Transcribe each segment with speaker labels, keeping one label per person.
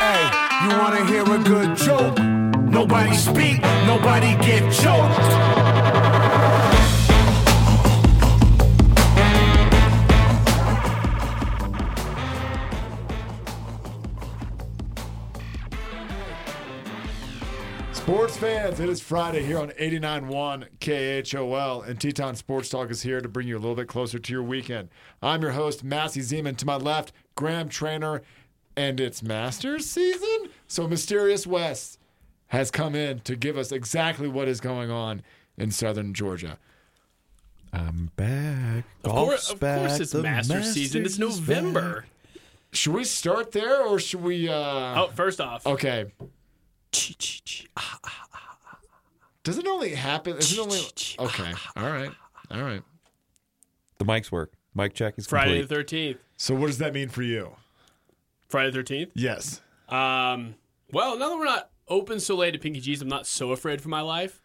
Speaker 1: You wanna hear a good joke? Nobody speak, nobody get choked.
Speaker 2: Sports fans, it is Friday here on 89.1 KHOL, and Teton Sports Talk is here to bring you a little bit closer to your weekend. I'm your host, Massey Zeman. To my left, Graham Trainer, and it's Masters season? So Mysterious West has come in to give us exactly what is going on in southern Georgia.
Speaker 3: I'm back.
Speaker 4: Of course, of course it's Masters, season. It's November.
Speaker 2: Should we start there or should we? Uh...
Speaker 4: Oh, first off,
Speaker 2: Okay.
Speaker 4: ch-ch-ch, ah,
Speaker 2: Does it only happen? Is it only. Okay.
Speaker 4: Ah,
Speaker 2: All right. All right.
Speaker 3: The mics work. Mic check is
Speaker 4: Friday
Speaker 3: complete.
Speaker 4: the 13th.
Speaker 2: So, what does that mean for you?
Speaker 4: Friday the
Speaker 2: Yes.
Speaker 4: 13th. Um, well, now that we're not open so late at Pinky G's, I'm not so afraid for my life.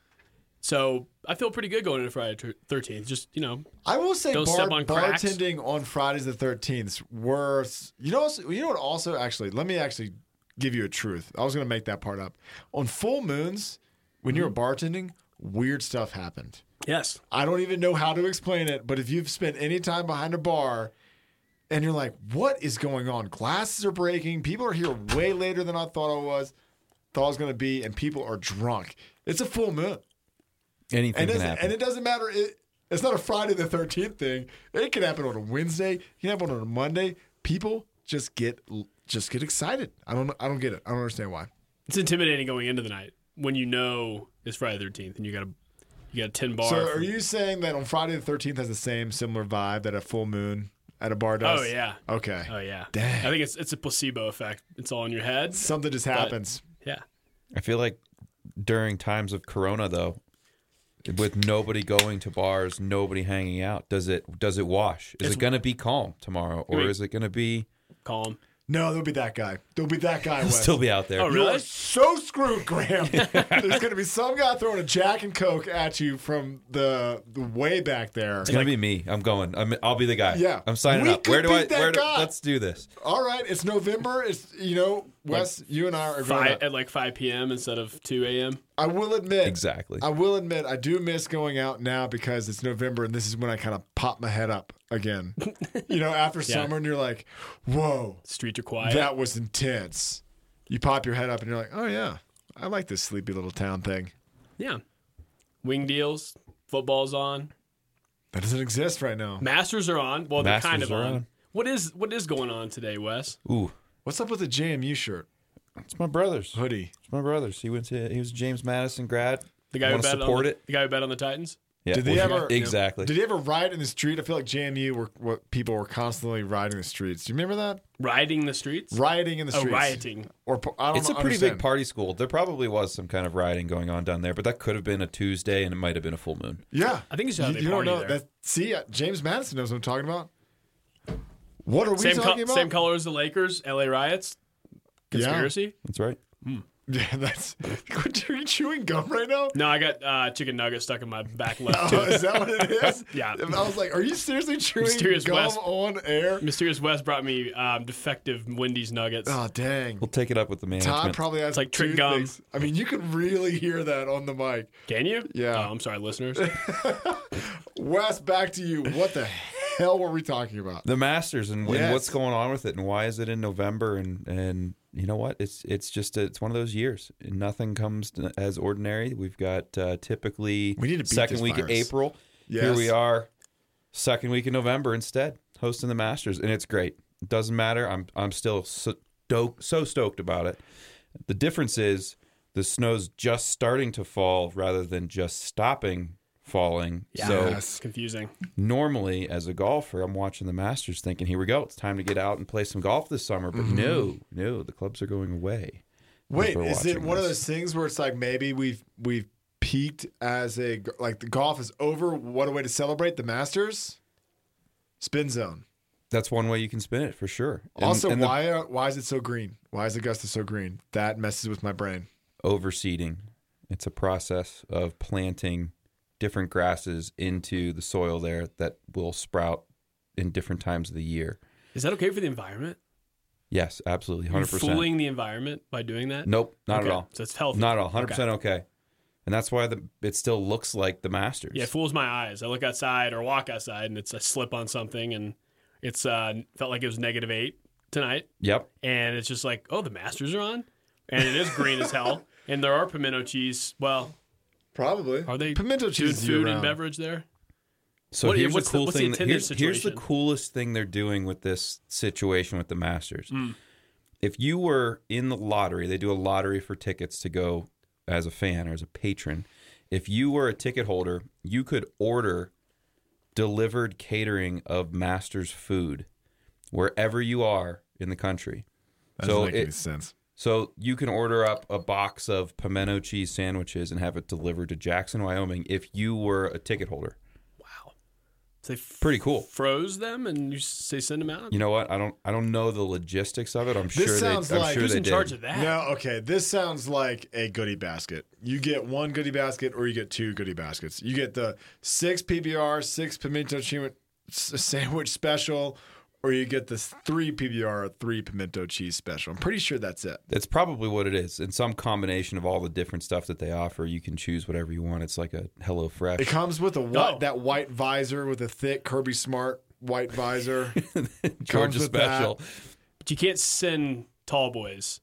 Speaker 4: So I feel pretty good going into Friday the 13th. Just, you know,
Speaker 2: I will say
Speaker 4: Don't
Speaker 2: bar-
Speaker 4: step on cracks.
Speaker 2: bartending on Fridays the 13th were you know you know what also actually let me actually give you a truth. I was going to make that part up. On full moons when
Speaker 4: Mm-hmm.
Speaker 2: you were bartending, weird stuff happened.
Speaker 4: yes.
Speaker 2: I don't even know how to explain it, but if you've spent any time behind a bar and you're like, "What is going on? Glasses are breaking. People are here way later than I thought I was." Thought I was going to be and people are drunk. It's a full moon.
Speaker 3: Anything
Speaker 2: And,
Speaker 3: can
Speaker 2: it's,
Speaker 3: happen.
Speaker 2: and it doesn't matter. It, it's not a Friday the 13th thing. It can happen on a Wednesday. It can happen on a Monday. People just get just get excited. I don't I don't get it. I don't understand why.
Speaker 4: It's intimidating going into the night when you know it's Friday the 13th and you got a, you got a 10 bar.
Speaker 2: So are
Speaker 4: from-
Speaker 2: you saying that on Friday the 13th has the same similar vibe that a full moon at a bar does?
Speaker 4: oh, yeah.
Speaker 2: Okay.
Speaker 4: Oh, yeah.
Speaker 2: Dang.
Speaker 4: I think it's it's a placebo effect. It's all in your head.
Speaker 2: Something just happens.
Speaker 4: Yeah.
Speaker 3: I feel like during times of Corona, though, with nobody going to bars, nobody hanging out, does it does it wash? Is it going to be calm tomorrow, or
Speaker 4: Wait.
Speaker 3: is it going to be
Speaker 4: Calm.
Speaker 2: No, there'll be that guy. There'll be that guy. Wes.
Speaker 3: still be out there?
Speaker 4: Oh,
Speaker 2: You
Speaker 4: really?
Speaker 2: are so screwed, Graham. There's gonna be some guy throwing a Jack and Coke at you from the, the way back there.
Speaker 3: It's gonna be me. I'm going. I'm, I'll be the guy.
Speaker 2: Yeah.
Speaker 3: I'm signing
Speaker 2: We
Speaker 3: up.
Speaker 2: could
Speaker 3: Where do
Speaker 2: be
Speaker 3: I?
Speaker 2: that
Speaker 3: Where do,
Speaker 2: guy.
Speaker 3: let's do this.
Speaker 2: All right, it's November. It's you know, Wes, you and I are going.
Speaker 4: Five,
Speaker 2: out.
Speaker 4: at like 5 p.m. instead of 2 a.m.
Speaker 2: I will admit,
Speaker 3: Exactly.
Speaker 2: I will admit, I do miss going out now because it's November, and this is when I kind of pop my head up again. you know, after summer, and you're like, "Whoa,
Speaker 4: Streets are quiet.
Speaker 2: that was intense." You pop your head up, and you're like, "Oh yeah, I like this sleepy little town thing."
Speaker 4: Yeah. Wing deals, football's on,
Speaker 2: That doesn't exist right now.
Speaker 4: Masters are on. Well, they're kind
Speaker 3: Masters
Speaker 4: of
Speaker 3: are
Speaker 4: on.
Speaker 3: on.
Speaker 4: What is what is going on today, Wes?
Speaker 3: Ooh,
Speaker 2: What's up with the JMU shirt
Speaker 3: it's my brother's.
Speaker 2: hoodie?
Speaker 3: It's my brother's. He went to. He was a James Madison grad.
Speaker 4: The guy
Speaker 3: want
Speaker 4: who
Speaker 3: to
Speaker 4: bet on
Speaker 3: support
Speaker 4: the,
Speaker 3: it.
Speaker 4: The guy who bet on the Titans.
Speaker 3: Yeah.
Speaker 2: Did they
Speaker 3: well,
Speaker 2: ever-
Speaker 3: Exactly.
Speaker 2: Did he ever ride in the street? I feel like JMU were what people were constantly riding the streets. Do you remember that
Speaker 4: Riding the streets.
Speaker 2: rioting in the
Speaker 4: Oh,
Speaker 2: streets?
Speaker 4: rioting.
Speaker 2: Or po- I don't
Speaker 3: it's a pretty
Speaker 2: Um, understand.
Speaker 3: big party school. There probably was some kind of rioting going on down there, but that could have been a Tuesday and it might have been a full moon.
Speaker 2: Yeah,
Speaker 4: I think it's how
Speaker 2: you,
Speaker 4: they
Speaker 2: you don't
Speaker 4: party
Speaker 2: know
Speaker 4: there.
Speaker 2: that. See, uh, James Madison knows what I'm talking about. What are we
Speaker 4: Same
Speaker 2: talking
Speaker 4: co-
Speaker 2: about?
Speaker 4: same color as the Lakers. L.A. riots. Conspiracy.
Speaker 3: That's right.
Speaker 2: Yeah, that's. Quit you chewing gum right now.
Speaker 4: No, I got uh, chicken nugget stuck in my back left.
Speaker 2: Oh, is that what it is?
Speaker 4: Yeah.
Speaker 2: I was like, are you seriously chewing
Speaker 4: Mysterious
Speaker 2: gum
Speaker 4: West.
Speaker 2: on air?
Speaker 4: Mysterious West brought me um, defective Wendy's nuggets.
Speaker 2: Oh dang.
Speaker 3: We'll take it up with the management.
Speaker 2: Todd probably has
Speaker 4: It's like trick
Speaker 2: two
Speaker 4: gum.
Speaker 2: things. I mean, you could really hear that on the mic.
Speaker 4: Can you?
Speaker 2: Yeah.
Speaker 4: Oh, I'm sorry, listeners.
Speaker 2: Wes, back to you. What the hell were we talking about?
Speaker 3: the Masters and, and
Speaker 2: Yes.
Speaker 3: what's going on with it and why is it in November and and you know what it's it's just it's one of those years nothing comes to- as ordinary we've got uh, typically
Speaker 2: We need to beat
Speaker 3: second
Speaker 2: this
Speaker 3: week of
Speaker 2: virus.
Speaker 3: April here
Speaker 2: Yes.
Speaker 3: we are second week in November instead hosting the Masters and it's great it doesn't matter I'm I'm still so, dope, so stoked about it the difference is the snow's just starting to fall rather than just stopping falling so
Speaker 4: It's confusing.
Speaker 3: normally as a golfer, I'm watching the Masters thinking, here we go, it's time to get out and play some golf this summer.
Speaker 4: Mm-hmm.
Speaker 3: But no, no, the clubs are going away.
Speaker 2: Wait,
Speaker 3: we're
Speaker 2: is it
Speaker 3: watching
Speaker 2: one of
Speaker 3: this.
Speaker 2: those things where it's like maybe we've we've peaked as a g- like the golf is over? What a way to celebrate the Masters! Spin zone.
Speaker 3: That's one way you can spin it for sure. And-
Speaker 2: Also,
Speaker 3: and the
Speaker 2: why are, why is it so green? Why is Augusta so green? That messes with my brain.
Speaker 3: overseeding. It's a process of planting different grasses into the soil there that will sprout in different times of the year.
Speaker 4: Is that okay for the environment?
Speaker 3: Yes, absolutely,
Speaker 4: You're
Speaker 3: hundred percent.
Speaker 4: fooling the environment by doing that?
Speaker 3: Nope, not
Speaker 4: Okay,
Speaker 3: at all.
Speaker 4: So it's healthy.
Speaker 3: Not at all. Hundred percent okay. And that's why the it still looks like the Masters.
Speaker 4: Yeah, it fools my eyes. I look outside or walk outside, and it's I slip on something, and it's uh, felt like it was negative eight tonight,
Speaker 3: Yep.
Speaker 4: and it's just like, oh, the Masters are on, and it is green as hell, and there are pimento cheese. Well,
Speaker 2: Probably.
Speaker 4: are they
Speaker 2: Pimento
Speaker 4: doing
Speaker 2: cheese is
Speaker 4: food and
Speaker 2: year-round.
Speaker 4: beverage there?
Speaker 3: So
Speaker 4: What-
Speaker 3: here's
Speaker 4: what's the-
Speaker 3: the cool
Speaker 4: what's the
Speaker 3: thing. that-
Speaker 4: attendance
Speaker 3: here's, here's the
Speaker 4: situation?
Speaker 3: coolest thing they're doing with this situation with the Masters.
Speaker 4: Hmm.
Speaker 3: If you were in the lottery, they do a lottery for tickets to go as a fan or as a patron. If you were a ticket holder, you could order delivered catering of Masters food wherever you are in the country.
Speaker 2: That
Speaker 3: So
Speaker 2: doesn't make
Speaker 3: it-
Speaker 2: any sense.
Speaker 3: So you can order up a box of pimento cheese sandwiches and have it delivered to Jackson, Wyoming, if you were a ticket holder.
Speaker 4: Wow, so they f-
Speaker 3: Pretty cool.
Speaker 4: froze them, and you s- they send them out.
Speaker 3: You know what? I don't. I don't know the logistics of it. I'm sure.
Speaker 2: sounds
Speaker 3: they, I'm
Speaker 2: like-
Speaker 3: sure
Speaker 2: Who's
Speaker 3: they
Speaker 4: in
Speaker 3: did.
Speaker 4: charge of that?
Speaker 2: No, okay. This sounds like a goodie basket. You get one goodie basket or you get two goodie baskets. You get the six PBR, six pimento cheese s- sandwich special, or you get the three PBR, three pimento cheese special. I'm pretty sure that's it.
Speaker 3: That's probably what it is. And some combination of all the different stuff that they offer, you can choose whatever you want. It's like a Hello
Speaker 2: It
Speaker 3: Fresh.
Speaker 2: comes with a
Speaker 4: Oh.
Speaker 2: white, that white visor with a thick Kirby Smart white visor. comes
Speaker 3: Georgia
Speaker 2: with that.
Speaker 3: special.
Speaker 4: But you can't send tall boys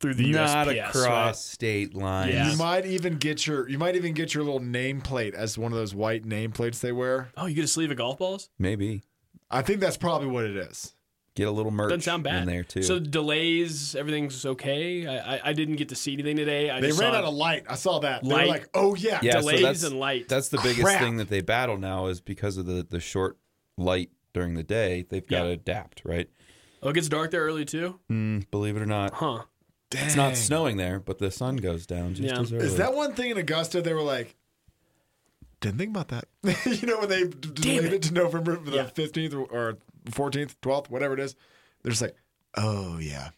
Speaker 4: through the
Speaker 3: Not
Speaker 4: USPS,
Speaker 3: across state lines.
Speaker 4: Yeah.
Speaker 2: You might even get your you might even get your little nameplate as one of those white nameplates they wear.
Speaker 4: Right? Oh, you get a sleeve of golf balls?
Speaker 3: Maybe
Speaker 2: I think that's probably what it is.
Speaker 3: get a little merch
Speaker 4: Doesn't sound bad.
Speaker 3: in there too.
Speaker 4: So delays, everything's okay. I, I, I didn't get to see anything today. I
Speaker 2: They
Speaker 4: just
Speaker 2: ran
Speaker 4: saw
Speaker 2: out of light. I saw that. They were
Speaker 4: Light.
Speaker 2: like, oh yeah,
Speaker 3: Yeah, so
Speaker 4: delays
Speaker 3: that's-
Speaker 4: and light.
Speaker 3: That's the biggest
Speaker 2: Crap.
Speaker 3: thing that they battle now is because of the the short light during the day. They've got to
Speaker 4: Yeah.
Speaker 3: adapt, right?
Speaker 4: oh, it gets dark there early too.
Speaker 3: Believe it or not,
Speaker 4: Huh?
Speaker 3: it's not snowing there, but the sun goes down just
Speaker 4: Yeah.
Speaker 3: as early.
Speaker 2: Is that one thing in Augusta they were like, didn't think about that? you know, when they d- delayed it.
Speaker 4: it.
Speaker 2: to November the
Speaker 4: Yeah.
Speaker 2: 15th or- or 14th, 12th, whatever it is, they're just like, oh, yeah,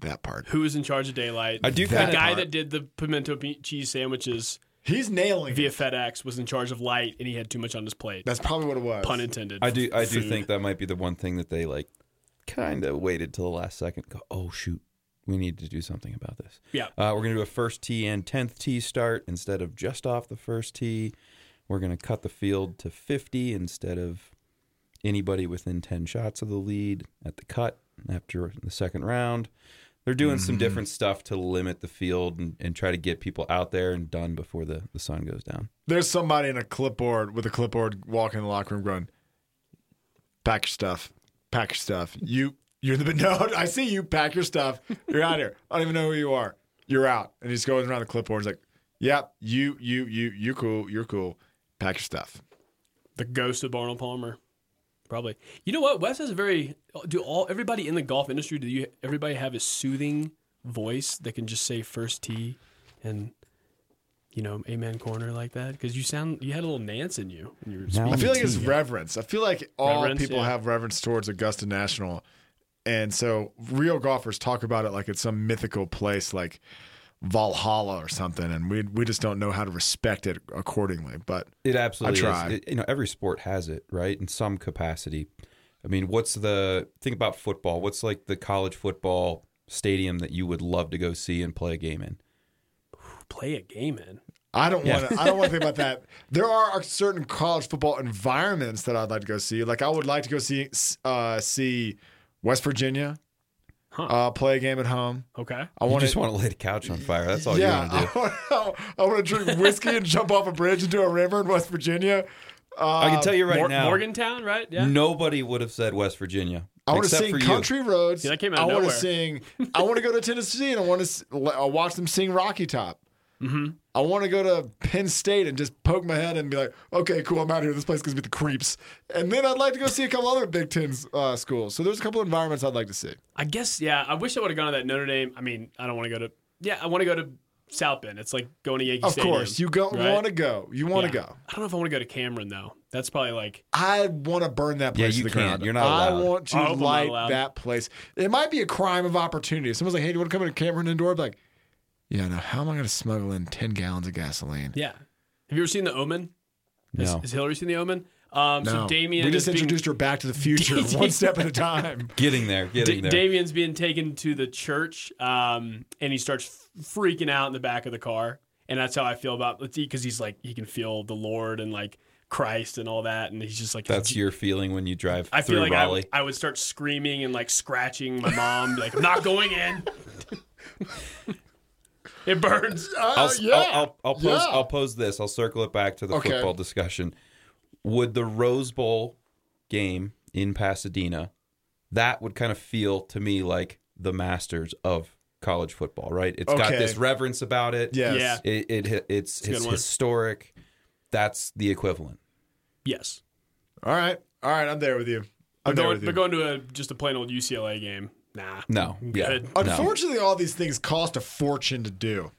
Speaker 2: that part.
Speaker 4: Who is in charge of daylight?
Speaker 3: I do
Speaker 4: The
Speaker 3: kinda-
Speaker 4: guy that did the pimento pe- cheese sandwiches
Speaker 2: He's nailing
Speaker 4: via
Speaker 2: it.
Speaker 4: FedEx was in charge of light, and he had too much on his plate.
Speaker 2: That's probably what it was.
Speaker 4: Pun intended.
Speaker 3: I do I do
Speaker 4: Food.
Speaker 3: think that might be the one thing that they like kind of waited till the last second. Go, oh shoot, we need to do something about this.
Speaker 4: Yeah.
Speaker 3: Uh, we're gonna do a first tee and tenth tee start instead of just off the first tee. We're gonna cut the field to fifty instead of anybody within ten shots of the lead at the cut after the second round. They're doing some
Speaker 4: Mm-hmm.
Speaker 3: different stuff to limit the field and, and try to get people out there and done before the, the sun goes down.
Speaker 2: There's somebody in a clipboard with a clipboard walking in the locker room going, pack your stuff, pack your stuff. You, you're the no. I see you. Pack your stuff. You're out here. I don't even know who you are. You're out. And he's going around the clipboard. He's like, "Yep, you, you, you, you cool. You're cool. Pack your stuff."
Speaker 4: The ghost of Arnold Palmer. Probably. You know what? Wes has a very do all everybody in the golf industry, do you everybody have a soothing voice that can just say first tee and you know, amen corner like that? Because you sound you had a little Nance in you when you were
Speaker 3: Now-
Speaker 2: I
Speaker 4: speaking.
Speaker 2: feel like it's reverence. I feel like all
Speaker 4: Reverence,
Speaker 2: people
Speaker 4: yeah.
Speaker 2: have reverence towards Augusta National, and so real golfers talk about it like it's some mythical place, like Valhalla or something, and we we just don't know how to respect it accordingly. But
Speaker 3: It absolutely
Speaker 2: try.
Speaker 3: is. It- you know, every sport has it, right? In some capacity. I mean, what's the think about football? What's like the college football stadium that you would love to go see and play a game in?
Speaker 4: play a game in.
Speaker 2: I don't want to. I don't want to think about that. There are certain college football environments that I'd like to go see. Like I would like to go see uh, see West Virginia
Speaker 4: Huh.
Speaker 2: uh, play a game at home.
Speaker 4: Okay.
Speaker 2: I
Speaker 3: You
Speaker 2: want
Speaker 3: just want to lay the couch on fire. That's all you want
Speaker 2: Yeah,
Speaker 3: to do.
Speaker 2: I want to drink whiskey and jump off a bridge into a river in West Virginia. Uh,
Speaker 3: I can tell you right
Speaker 4: Mor-
Speaker 3: now,
Speaker 4: Morgantown, right? Yeah.
Speaker 3: nobody would have said West Virginia.
Speaker 2: I want to
Speaker 3: except
Speaker 2: sing
Speaker 3: for you.
Speaker 2: country roads.
Speaker 4: Yeah, that came out
Speaker 2: I
Speaker 4: of
Speaker 2: want to
Speaker 4: nowhere.
Speaker 2: sing. I want to go to Tennessee and I want to watch them sing Rocky Top.
Speaker 4: Mm-hmm.
Speaker 2: I want to go to Penn State and just poke my head and be like, okay, cool, I'm out here. This place gives me the creeps. And then I'd like to go see a couple other Big Ten uh, schools. So there's a couple environments I'd like to see.
Speaker 4: I guess yeah, I wish I would have gone to that Notre Dame. I mean, I don't want to go to yeah, I want to go to South Bend. It's like going to Yankee
Speaker 2: Of
Speaker 4: Stadium.
Speaker 2: course, you go
Speaker 4: right?
Speaker 2: want to go. You want to
Speaker 4: Yeah.
Speaker 2: go.
Speaker 4: I don't know if I want to go to Cameron though. That's probably like
Speaker 2: I want to burn that
Speaker 3: Yeah,
Speaker 2: place
Speaker 3: you
Speaker 2: to the
Speaker 3: can't.
Speaker 2: ground.
Speaker 3: You're not
Speaker 2: I
Speaker 3: allowed.
Speaker 2: want to
Speaker 4: I hope I'm not
Speaker 2: light
Speaker 4: allowed.
Speaker 2: that place. It might be a crime of opportunity. If someone's like, hey, do you want to come in a Cameron Indoor? I'd be like, yeah, no, how am I going to smuggle in 10 gallons of gasoline?
Speaker 4: Yeah. Have you ever seen The Omen? Has,
Speaker 3: No.
Speaker 4: has Hillary seen The Omen? Um, So
Speaker 2: No.
Speaker 4: Damien
Speaker 2: we just
Speaker 4: is being,
Speaker 2: introduced her back to the future, one step at a time.
Speaker 3: Getting there, getting
Speaker 4: Da-
Speaker 3: there.
Speaker 4: Damien's being taken to the church, um, and he starts f- freaking out in the back of the car, and that's how I feel about because he's like he can feel the Lord and like Christ and all that, and he's just like
Speaker 3: That's your feeling when you drive
Speaker 4: I
Speaker 3: through
Speaker 4: feel like I,
Speaker 3: Raleigh.
Speaker 4: would- I would start screaming and like scratching my mom, like I'm not going in. it burns.
Speaker 3: I'll,
Speaker 2: Uh,
Speaker 3: s-
Speaker 2: yeah.
Speaker 3: I'll, I'll, I'll pose.
Speaker 2: Yeah.
Speaker 3: I'll pose this. I'll circle it back to the
Speaker 2: Okay.
Speaker 3: football discussion. Would the Rose Bowl game in Pasadena that would kind of feel to me like the Masters of college football, right? It's got
Speaker 2: Okay.
Speaker 3: this reverence about it.
Speaker 2: Yes.
Speaker 4: Yeah.
Speaker 3: it, it hi- it's,
Speaker 4: a good
Speaker 3: it's
Speaker 4: one.
Speaker 3: historic. That's the equivalent.
Speaker 4: Yes,
Speaker 2: All right. All right. I'm there with you. I'm
Speaker 4: but
Speaker 2: there
Speaker 4: going,
Speaker 2: with you.
Speaker 4: but going to a just a plain old UCLA game, nah.
Speaker 3: No, yeah,
Speaker 4: Good.
Speaker 3: no.
Speaker 2: Unfortunately, all these things cost a fortune to do.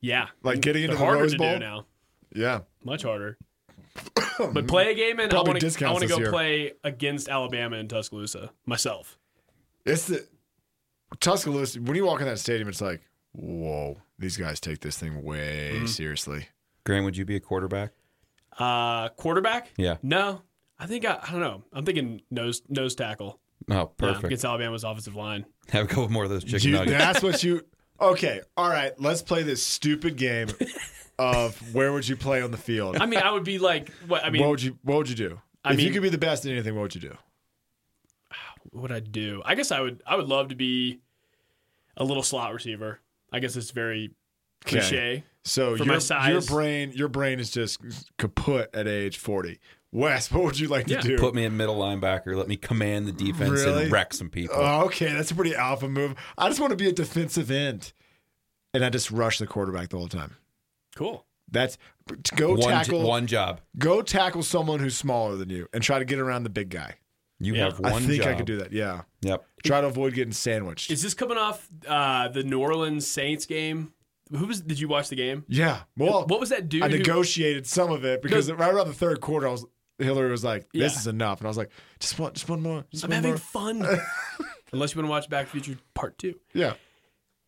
Speaker 4: Yeah,
Speaker 2: Like getting into
Speaker 4: They're
Speaker 2: the
Speaker 4: harder
Speaker 2: Rose
Speaker 4: to
Speaker 2: Bowl?
Speaker 4: do now.
Speaker 2: Yeah.
Speaker 4: much harder. but play a game and I
Speaker 2: Probably
Speaker 4: want to. I
Speaker 2: discounts
Speaker 4: want to
Speaker 2: this
Speaker 4: go
Speaker 2: year.
Speaker 4: play against Alabama in Tuscaloosa myself.
Speaker 2: It's the Tuscaloosa. When you walk in that stadium, it's like, whoa, these guys take this thing way
Speaker 4: Mm-hmm.
Speaker 2: seriously.
Speaker 3: Graham, would you be a quarterback?
Speaker 4: Uh, quarterback?
Speaker 3: Yeah.
Speaker 4: No, I think I. I don't know. I'm thinking nose nose tackle.
Speaker 3: Oh,
Speaker 4: Yeah,
Speaker 3: perfect.
Speaker 4: against Alabama's offensive line.
Speaker 3: Have a couple more of those chicken
Speaker 2: You,
Speaker 3: nuggets.
Speaker 2: that's what you. Okay. All right. Let's play this stupid game of where would you play on the field?
Speaker 4: I mean, I would be like, what? I mean,
Speaker 2: what would you What would you do?
Speaker 4: I
Speaker 2: if you
Speaker 4: mean-
Speaker 2: could be the best at anything, what would you do?
Speaker 4: what would I do? I guess I would. I would love to be a little slot receiver. I guess it's very cliche.
Speaker 2: So
Speaker 4: For
Speaker 2: your,
Speaker 4: my size.
Speaker 2: your brain, your brain is just kaput at age forty. Wes, what would you like
Speaker 4: Yeah.
Speaker 2: to do?
Speaker 3: Put me in middle linebacker. Let me command the defense
Speaker 2: Really?
Speaker 3: and wreck some people.
Speaker 2: Oh, okay, that's a pretty alpha move. I just want to be a defensive end, and I just rush the quarterback the whole time.
Speaker 4: Cool.
Speaker 2: That's to go
Speaker 3: one, j-
Speaker 2: tackle,
Speaker 3: one job.
Speaker 2: go tackle someone who's smaller than you, and try to get around the big guy.
Speaker 3: You
Speaker 4: Yeah.
Speaker 3: have one
Speaker 2: I think
Speaker 3: job.
Speaker 2: I could do that. Yeah,
Speaker 3: Yep.
Speaker 2: try to avoid getting sandwiched.
Speaker 4: Is this coming off uh, the New Orleans Saints game? Who was? Did you watch the game?
Speaker 2: yeah. Well,
Speaker 4: What was that dude?
Speaker 2: I
Speaker 4: who-
Speaker 2: negotiated some of it because
Speaker 4: No.
Speaker 2: right around the third quarter, I was Hillary was like, "This
Speaker 4: Yeah.
Speaker 2: is enough," and I was like, "Just one, just one more, just
Speaker 4: I'm
Speaker 2: one
Speaker 4: having
Speaker 2: more."
Speaker 4: fun. Unless you want to watch Back to the Future Part Two.
Speaker 2: yeah.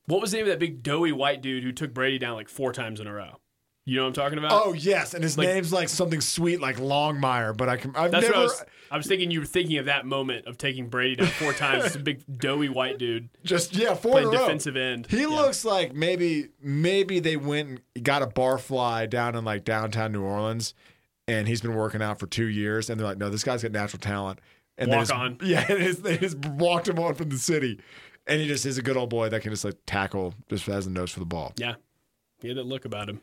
Speaker 4: What was the name of that big doughy white dude who took Brady down like four times in a row? You know what I'm talking about?
Speaker 2: Oh yes, and his name's like something sweet, like Longmire. But I can. I've
Speaker 4: That's
Speaker 2: never.
Speaker 4: what I was. I was thinking you were thinking of that moment of taking Brady down four times. It's a big doughy white dude
Speaker 2: Just yeah, four in
Speaker 4: playing
Speaker 2: a row.
Speaker 4: defensive end.
Speaker 2: He
Speaker 4: Yeah.
Speaker 2: looks like maybe maybe they went and got a barfly down in like downtown New Orleans, and he's been working out for two years, and they're like, no, this guy's got natural talent. And they
Speaker 4: Walk
Speaker 2: just-
Speaker 4: on.
Speaker 2: Yeah, and it's- they just walked him on from the city, and he just is a good old boy that can just like tackle, just has a nose for the ball.
Speaker 4: Yeah, he had that look about him.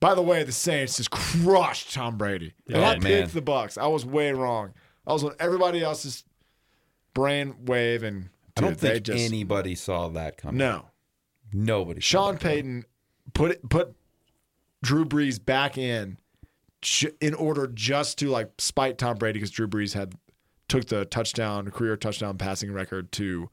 Speaker 2: By the way, the Saints just crushed Tom Brady. And
Speaker 3: Oh,
Speaker 2: I picked
Speaker 3: man.
Speaker 2: the Bucks. I was way wrong. I was on everybody else's brain wave, and
Speaker 3: I don't
Speaker 2: dude, they
Speaker 3: think
Speaker 2: just,
Speaker 3: anybody saw that coming.
Speaker 2: No,
Speaker 3: Nobody. saw
Speaker 2: Sean
Speaker 3: that coming.
Speaker 2: Payton put it, put Drew Brees back in ju- in order just to like spite Tom Brady because Drew Brees had took the touchdown career touchdown passing record to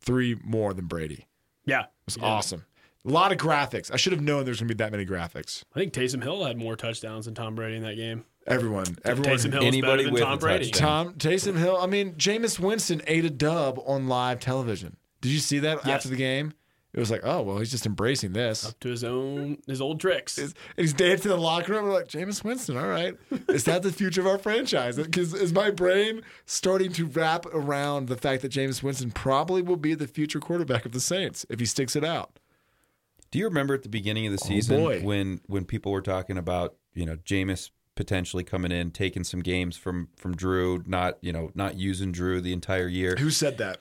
Speaker 2: three more than Brady.
Speaker 4: Yeah,
Speaker 2: It's awesome. A lot of graphics. I should have known there's gonna be that many graphics.
Speaker 4: I think Taysom Hill had more touchdowns than Tom Brady in that game.
Speaker 2: Everyone, everyone.
Speaker 4: Taysom Hill is better
Speaker 3: Anybody
Speaker 4: than
Speaker 3: with
Speaker 4: Tom
Speaker 3: a
Speaker 4: Brady.
Speaker 3: touchdown.
Speaker 2: Tom Taysom Hill. I mean, Jameis Winston ate a dub on live television. Did you see that after the game? It was like, oh well, he's just embracing this.
Speaker 4: To his own, his old tricks.
Speaker 2: is- and he's dancing in the locker room. We're like, Jameis Winston, all right. Is that the future of our franchise? Because is my brain starting to wrap around the fact that Jameis Winston probably will be the future quarterback of the Saints if he sticks it out?
Speaker 3: Do you remember at the beginning of the season
Speaker 2: Oh, boy.
Speaker 3: when when people were talking about you know Jameis potentially coming in, taking some games from from Drew, not you know not using Drew the entire year?
Speaker 2: Who said that?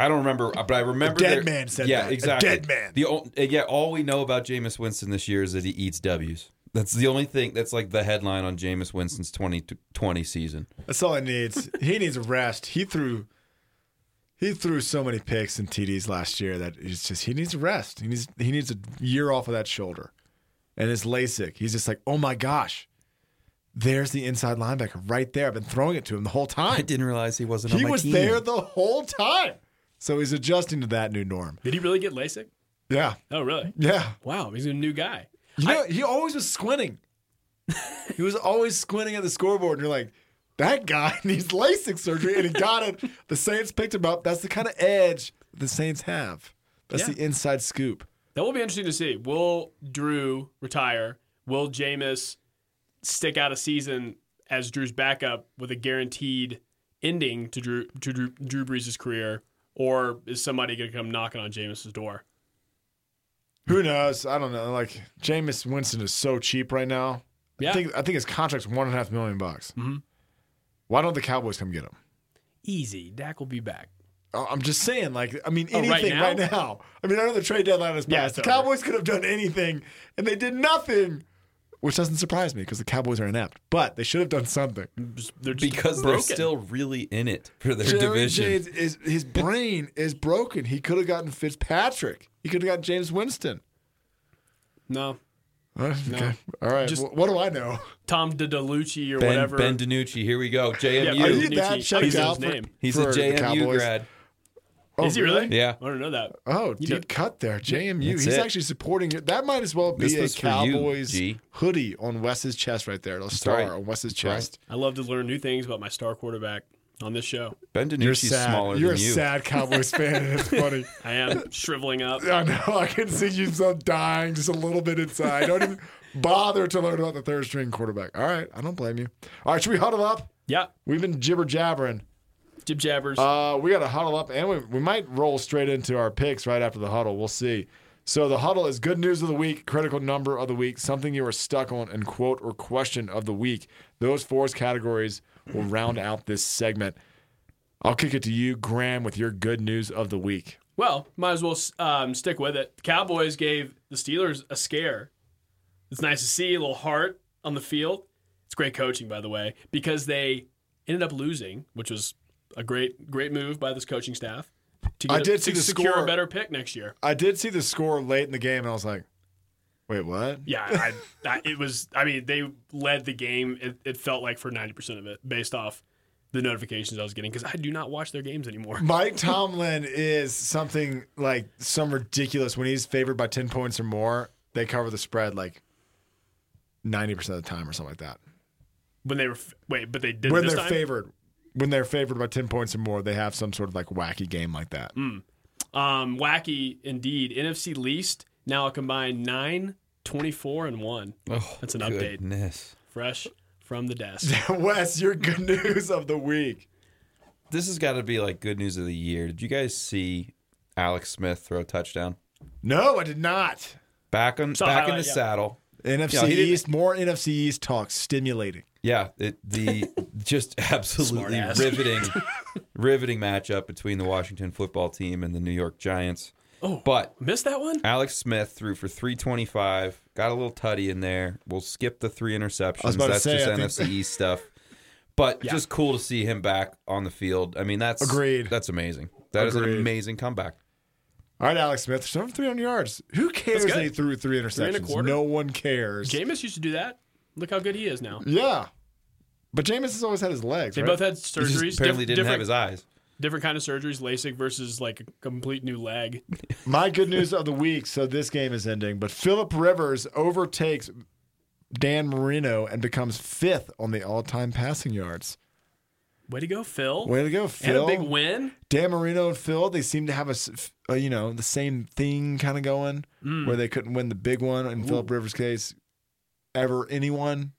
Speaker 3: I don't remember, uh, but I remember
Speaker 2: dead
Speaker 3: there-
Speaker 2: man said
Speaker 3: yeah,
Speaker 2: that. A
Speaker 3: exactly.
Speaker 2: dead man.
Speaker 3: The o- uh, yeah, all we know about Jameis Winston this year is that he eats W's. That's the only thing. That's like the headline on Jameis Winston's 2020 season.
Speaker 2: That's all he needs. He needs a rest. He threw. He threw so many picks and TDs last year that it's just he needs a rest. He needs he needs a year off of that shoulder, and his LASIK. He's just like, oh my gosh, there's the inside linebacker right there. I've been throwing it to him the whole time.
Speaker 3: I didn't realize he wasn't.
Speaker 2: He
Speaker 3: on my
Speaker 2: was
Speaker 3: team.
Speaker 2: there the whole time. So he's adjusting to that new norm.
Speaker 4: Did he really get LASIK?
Speaker 2: Yeah.
Speaker 4: Oh, really?
Speaker 2: Yeah.
Speaker 4: Wow, he's a new guy.
Speaker 2: You know, he always was squinting. he was always squinting at the scoreboard. And you're like, that guy needs LASIK surgery. And he got it. The Saints picked him up. That's the kind of edge the Saints have. That's
Speaker 4: Yeah.
Speaker 2: the inside scoop.
Speaker 4: That will be interesting to see. Will Drew retire? Will Jameis stick out a season as Drew's backup with a guaranteed ending to Drew to Drew, Drew Brees' career, or is somebody going to come knocking on Jameis's door?
Speaker 2: Who knows? I don't know. Like Jameis Winston is so cheap right now.
Speaker 4: Yeah.
Speaker 2: I think I think his contract's one and a half million bucks.
Speaker 4: Mhm.
Speaker 2: Why don't the Cowboys come get him?
Speaker 4: Easy, Dak will be back.
Speaker 2: I- I'm just saying, like, I mean,
Speaker 4: Oh, right
Speaker 2: anything
Speaker 4: now?
Speaker 2: right, now? I mean, I know the trade deadline is
Speaker 4: Yeah,
Speaker 2: passed. the
Speaker 4: it's over.
Speaker 2: Cowboys could have done anything, and they did nothing, which doesn't surprise me because the Cowboys are inept. But they should have done something.
Speaker 4: Just- They're just
Speaker 3: because
Speaker 4: broken.
Speaker 3: they're still really in it for their
Speaker 2: Jerry
Speaker 3: division.
Speaker 2: James is his brain is broken. He could have gotten Fitzpatrick. He could have gotten James Winston.
Speaker 4: no
Speaker 2: Okay. All right.
Speaker 4: Just-
Speaker 2: Wh- what do I know?
Speaker 4: Tom DeLucci or
Speaker 3: ben
Speaker 4: whatever.
Speaker 3: Ben DiNucci, here we go.
Speaker 4: yeah,
Speaker 3: JMU.
Speaker 4: Ben
Speaker 2: you that
Speaker 4: DiNucci.
Speaker 2: checked
Speaker 4: I don't know
Speaker 2: out
Speaker 4: his
Speaker 2: for-
Speaker 4: name.
Speaker 3: He's a
Speaker 2: for the
Speaker 3: JMU
Speaker 2: Cowboys?
Speaker 3: grad.
Speaker 2: Oh,
Speaker 4: is he really?
Speaker 3: Yeah.
Speaker 4: I don't know that.
Speaker 2: Oh,
Speaker 4: You
Speaker 2: deep
Speaker 4: do-
Speaker 2: cut there. JMU.
Speaker 3: That's
Speaker 2: He's
Speaker 3: it.
Speaker 2: actually supporting it. That might as well be
Speaker 3: This
Speaker 2: a
Speaker 3: was for you,
Speaker 2: Cowboys
Speaker 3: G.
Speaker 2: hoodie on Wes's chest right there. A star
Speaker 3: right.
Speaker 2: on Wes's
Speaker 3: right.
Speaker 2: chest.
Speaker 4: I love to learn new things about my star quarterback on this show.
Speaker 3: Ben
Speaker 2: You're
Speaker 3: DiNucci's
Speaker 2: sad.
Speaker 3: smaller
Speaker 2: You're
Speaker 3: than
Speaker 2: a
Speaker 3: you.
Speaker 2: sad Cowboys fan. and It's funny.
Speaker 4: I am shriveling up.
Speaker 2: I know. I can see you so dying just a little bit inside. Don't even bother to learn about the third string quarterback. All right. I don't blame you. All right. Should we huddle up?
Speaker 4: Yeah,
Speaker 2: We've been jibber jabbering.
Speaker 4: jib jabbers.
Speaker 2: Uh, we got to huddle up, and we, we might roll straight into our picks right after the huddle. We'll see. So the huddle is good news of the week, critical number of the week, something you were stuck on, and quote or question of the week. Those four categories will round out this segment. I'll kick it to you, Graham, with your good news of the week.
Speaker 4: well, might as well um, stick with it. The Cowboys gave the Steelers a scare. It's nice to see a little heart on the field. It's great coaching, by the way, because they ended up losing, which was a great, great move by this coaching staff. To
Speaker 2: I
Speaker 4: a-
Speaker 2: did
Speaker 4: to
Speaker 2: see the
Speaker 4: secure
Speaker 2: score.
Speaker 4: a better pick next year.
Speaker 2: I did see the score late in the game, and I was like, "Wait, what?"
Speaker 4: Yeah, I, I, it was. I mean, they led the game. It, it felt like for ninety percent of it, based off the notifications I was getting, because I do not watch their games anymore.
Speaker 2: Mike Tomlin is something like some ridiculous when he's favored by 10 points or more, they cover the spread like 90% of the time or something like that.
Speaker 4: When they were f- wait, but they did
Speaker 2: When
Speaker 4: this
Speaker 2: they're
Speaker 4: time.
Speaker 2: favored, when they're favored by 10 points or more, they have some sort of like wacky game like that.
Speaker 4: Hmm. um, wacky indeed. NFC least now a combined 9, 24, and one.
Speaker 3: Oh,
Speaker 4: That's an update.
Speaker 3: goodness.
Speaker 4: Fresh from the desk.
Speaker 2: Wes, your good news of the week.
Speaker 3: This has got to be like good news of the year. Did you guys see Alex Smith throw a touchdown?
Speaker 2: No, I did not.
Speaker 3: Back on
Speaker 4: Saw
Speaker 3: back in
Speaker 4: highlight,
Speaker 3: the
Speaker 4: yeah.
Speaker 3: saddle.
Speaker 2: NFC
Speaker 3: Yeah, he didn't-
Speaker 2: East, more NFC East talk, stimulating.
Speaker 3: Yeah, it, the just absolutely
Speaker 4: Smartass.
Speaker 3: riveting, riveting matchup between the Washington football team and the New York Giants.
Speaker 4: Oh.
Speaker 3: but
Speaker 4: Missed that one?
Speaker 3: Alex Smith threw for 325, got a little tutty in there. We'll skip the three interceptions.
Speaker 2: about to
Speaker 3: That's
Speaker 2: say,
Speaker 3: just
Speaker 2: I think-
Speaker 3: NFC East stuff. But just cool to see him back on the field. I mean, that's
Speaker 2: Agreed.
Speaker 3: That's amazing. That is
Speaker 2: Agreed.
Speaker 3: an amazing comeback.
Speaker 2: All right, Alex Smith, some 300 yards. Who cares
Speaker 4: good.
Speaker 2: that he threw three
Speaker 4: and a
Speaker 2: interceptions?
Speaker 4: quarter.
Speaker 2: no one cares.
Speaker 4: Jameis used to do that. Look how good he is now.
Speaker 2: yeah. But Jameis has always had his legs.
Speaker 4: They
Speaker 2: right?
Speaker 4: both had
Speaker 3: He just
Speaker 4: surgeries.
Speaker 3: apparently
Speaker 4: diff-
Speaker 3: didn't
Speaker 4: different,
Speaker 3: have his eyes.
Speaker 4: different kind of surgeries. LASIK versus like a complete new leg.
Speaker 2: My good news of the week. So this game is ending, but Philip Rivers overtakes Dan Marino and becomes fifth on the all-time passing yards.
Speaker 4: Way to go, Phil.
Speaker 2: Way to go,
Speaker 4: and
Speaker 2: Phil!
Speaker 4: a big win.
Speaker 2: Dan Marino and Phil. They seem to have a, s- a, you know the same thing kind of going,
Speaker 4: Mm.
Speaker 2: where they couldn't win the big one in Philip Rivers' case, ever anyone.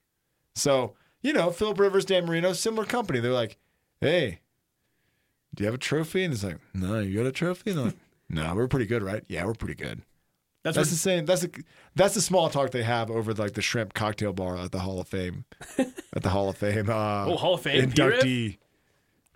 Speaker 2: So you know Philip Rivers, Dan Marino, similar company. They're like, hey, do you have a trophy? And it's like, no, you got a trophy? And they're like, no, we're pretty good, right? Yeah, we're pretty good.
Speaker 4: That's,
Speaker 2: That's
Speaker 4: what
Speaker 2: the same. That's the that's the small talk they have over like the shrimp cocktail bar at the Hall of Fame, at the Hall of Fame. Uh,
Speaker 4: Oh, Hall of Fame,
Speaker 2: inductee.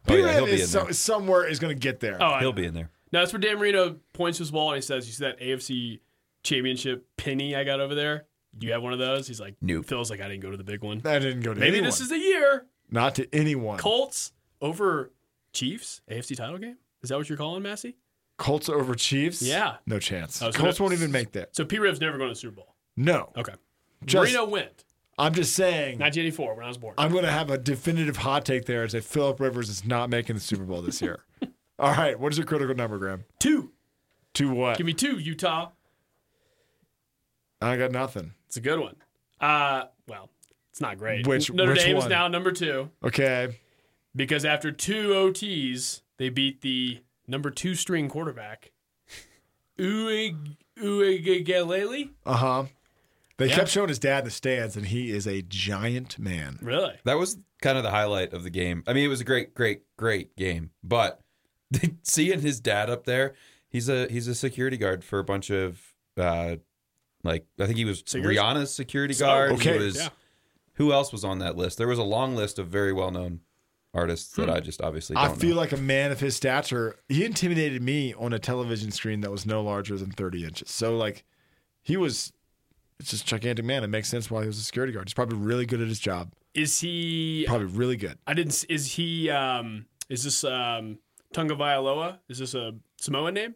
Speaker 3: Oh,
Speaker 2: Oh,
Speaker 3: yeah, he'll be in
Speaker 2: is so,
Speaker 3: there.
Speaker 2: somewhere is going to get there.
Speaker 4: Oh, I-
Speaker 3: He'll be in there.
Speaker 4: No, that's where Dan Marino points to his wall and he says, "You see that AFC Championship penny I got over there? Do you have one of those?" He's like,
Speaker 3: Nope.
Speaker 4: Phil's like, "I didn't go to the big one.
Speaker 2: That didn't go to
Speaker 4: Maybe
Speaker 2: anyone.
Speaker 4: this is the year.
Speaker 2: not to anyone.
Speaker 4: Colts over Chiefs AFC title game. Is that what you're calling, Massey?
Speaker 2: Colts over Chiefs.
Speaker 4: Yeah.
Speaker 2: no chance.
Speaker 4: Oh, so
Speaker 2: Colts
Speaker 4: no-
Speaker 2: won't even make that.
Speaker 4: So P. Riv's never going to the Super Bowl.
Speaker 2: No,
Speaker 4: Okay,
Speaker 2: Just-
Speaker 4: Oh, Marino went
Speaker 2: I'm just saying.
Speaker 4: 1984 when I was born.
Speaker 2: I'm going to have a definitive hot take there and say Philip Rivers is not making the Super Bowl this year. All right, what is your critical number, Graham?
Speaker 4: two.
Speaker 2: To what?
Speaker 4: Give me two. Utah.
Speaker 2: I got nothing.
Speaker 4: It's a good one. Uh, well, it's not great.
Speaker 2: Which-
Speaker 4: Notre
Speaker 2: which
Speaker 4: Dame is
Speaker 2: one?
Speaker 4: now number two.
Speaker 2: Okay,
Speaker 4: because after two OTs, they beat the number two string quarterback, Uig- Uigalele.
Speaker 2: uh huh. They
Speaker 4: Yeah.
Speaker 2: kept showing his dad in the stands, and he is a giant man.
Speaker 4: Really?
Speaker 3: That was kind of the highlight of the game. I mean, it was a great, great, great game, but seeing his dad up there, he's a he's a security guard for a bunch of uh like I think he was
Speaker 4: Singers?
Speaker 3: Rihanna's security guard. He
Speaker 2: okay,
Speaker 3: was-
Speaker 4: yeah.
Speaker 3: Who else was on that list? There was a long list of very well known artists that I just obviously don't
Speaker 2: I feel
Speaker 3: know.
Speaker 2: like a man of his stature. He intimidated me on a television screen that was no larger than 30 inches. So, like, he was it's just a gigantic man. It makes sense why he was a security guard. He's probably really good at his job.
Speaker 4: Is he?
Speaker 2: Probably really good.
Speaker 4: I didn't. s- Is he? Um, is this um, Tunga Vailoa? Is this a Samoan name?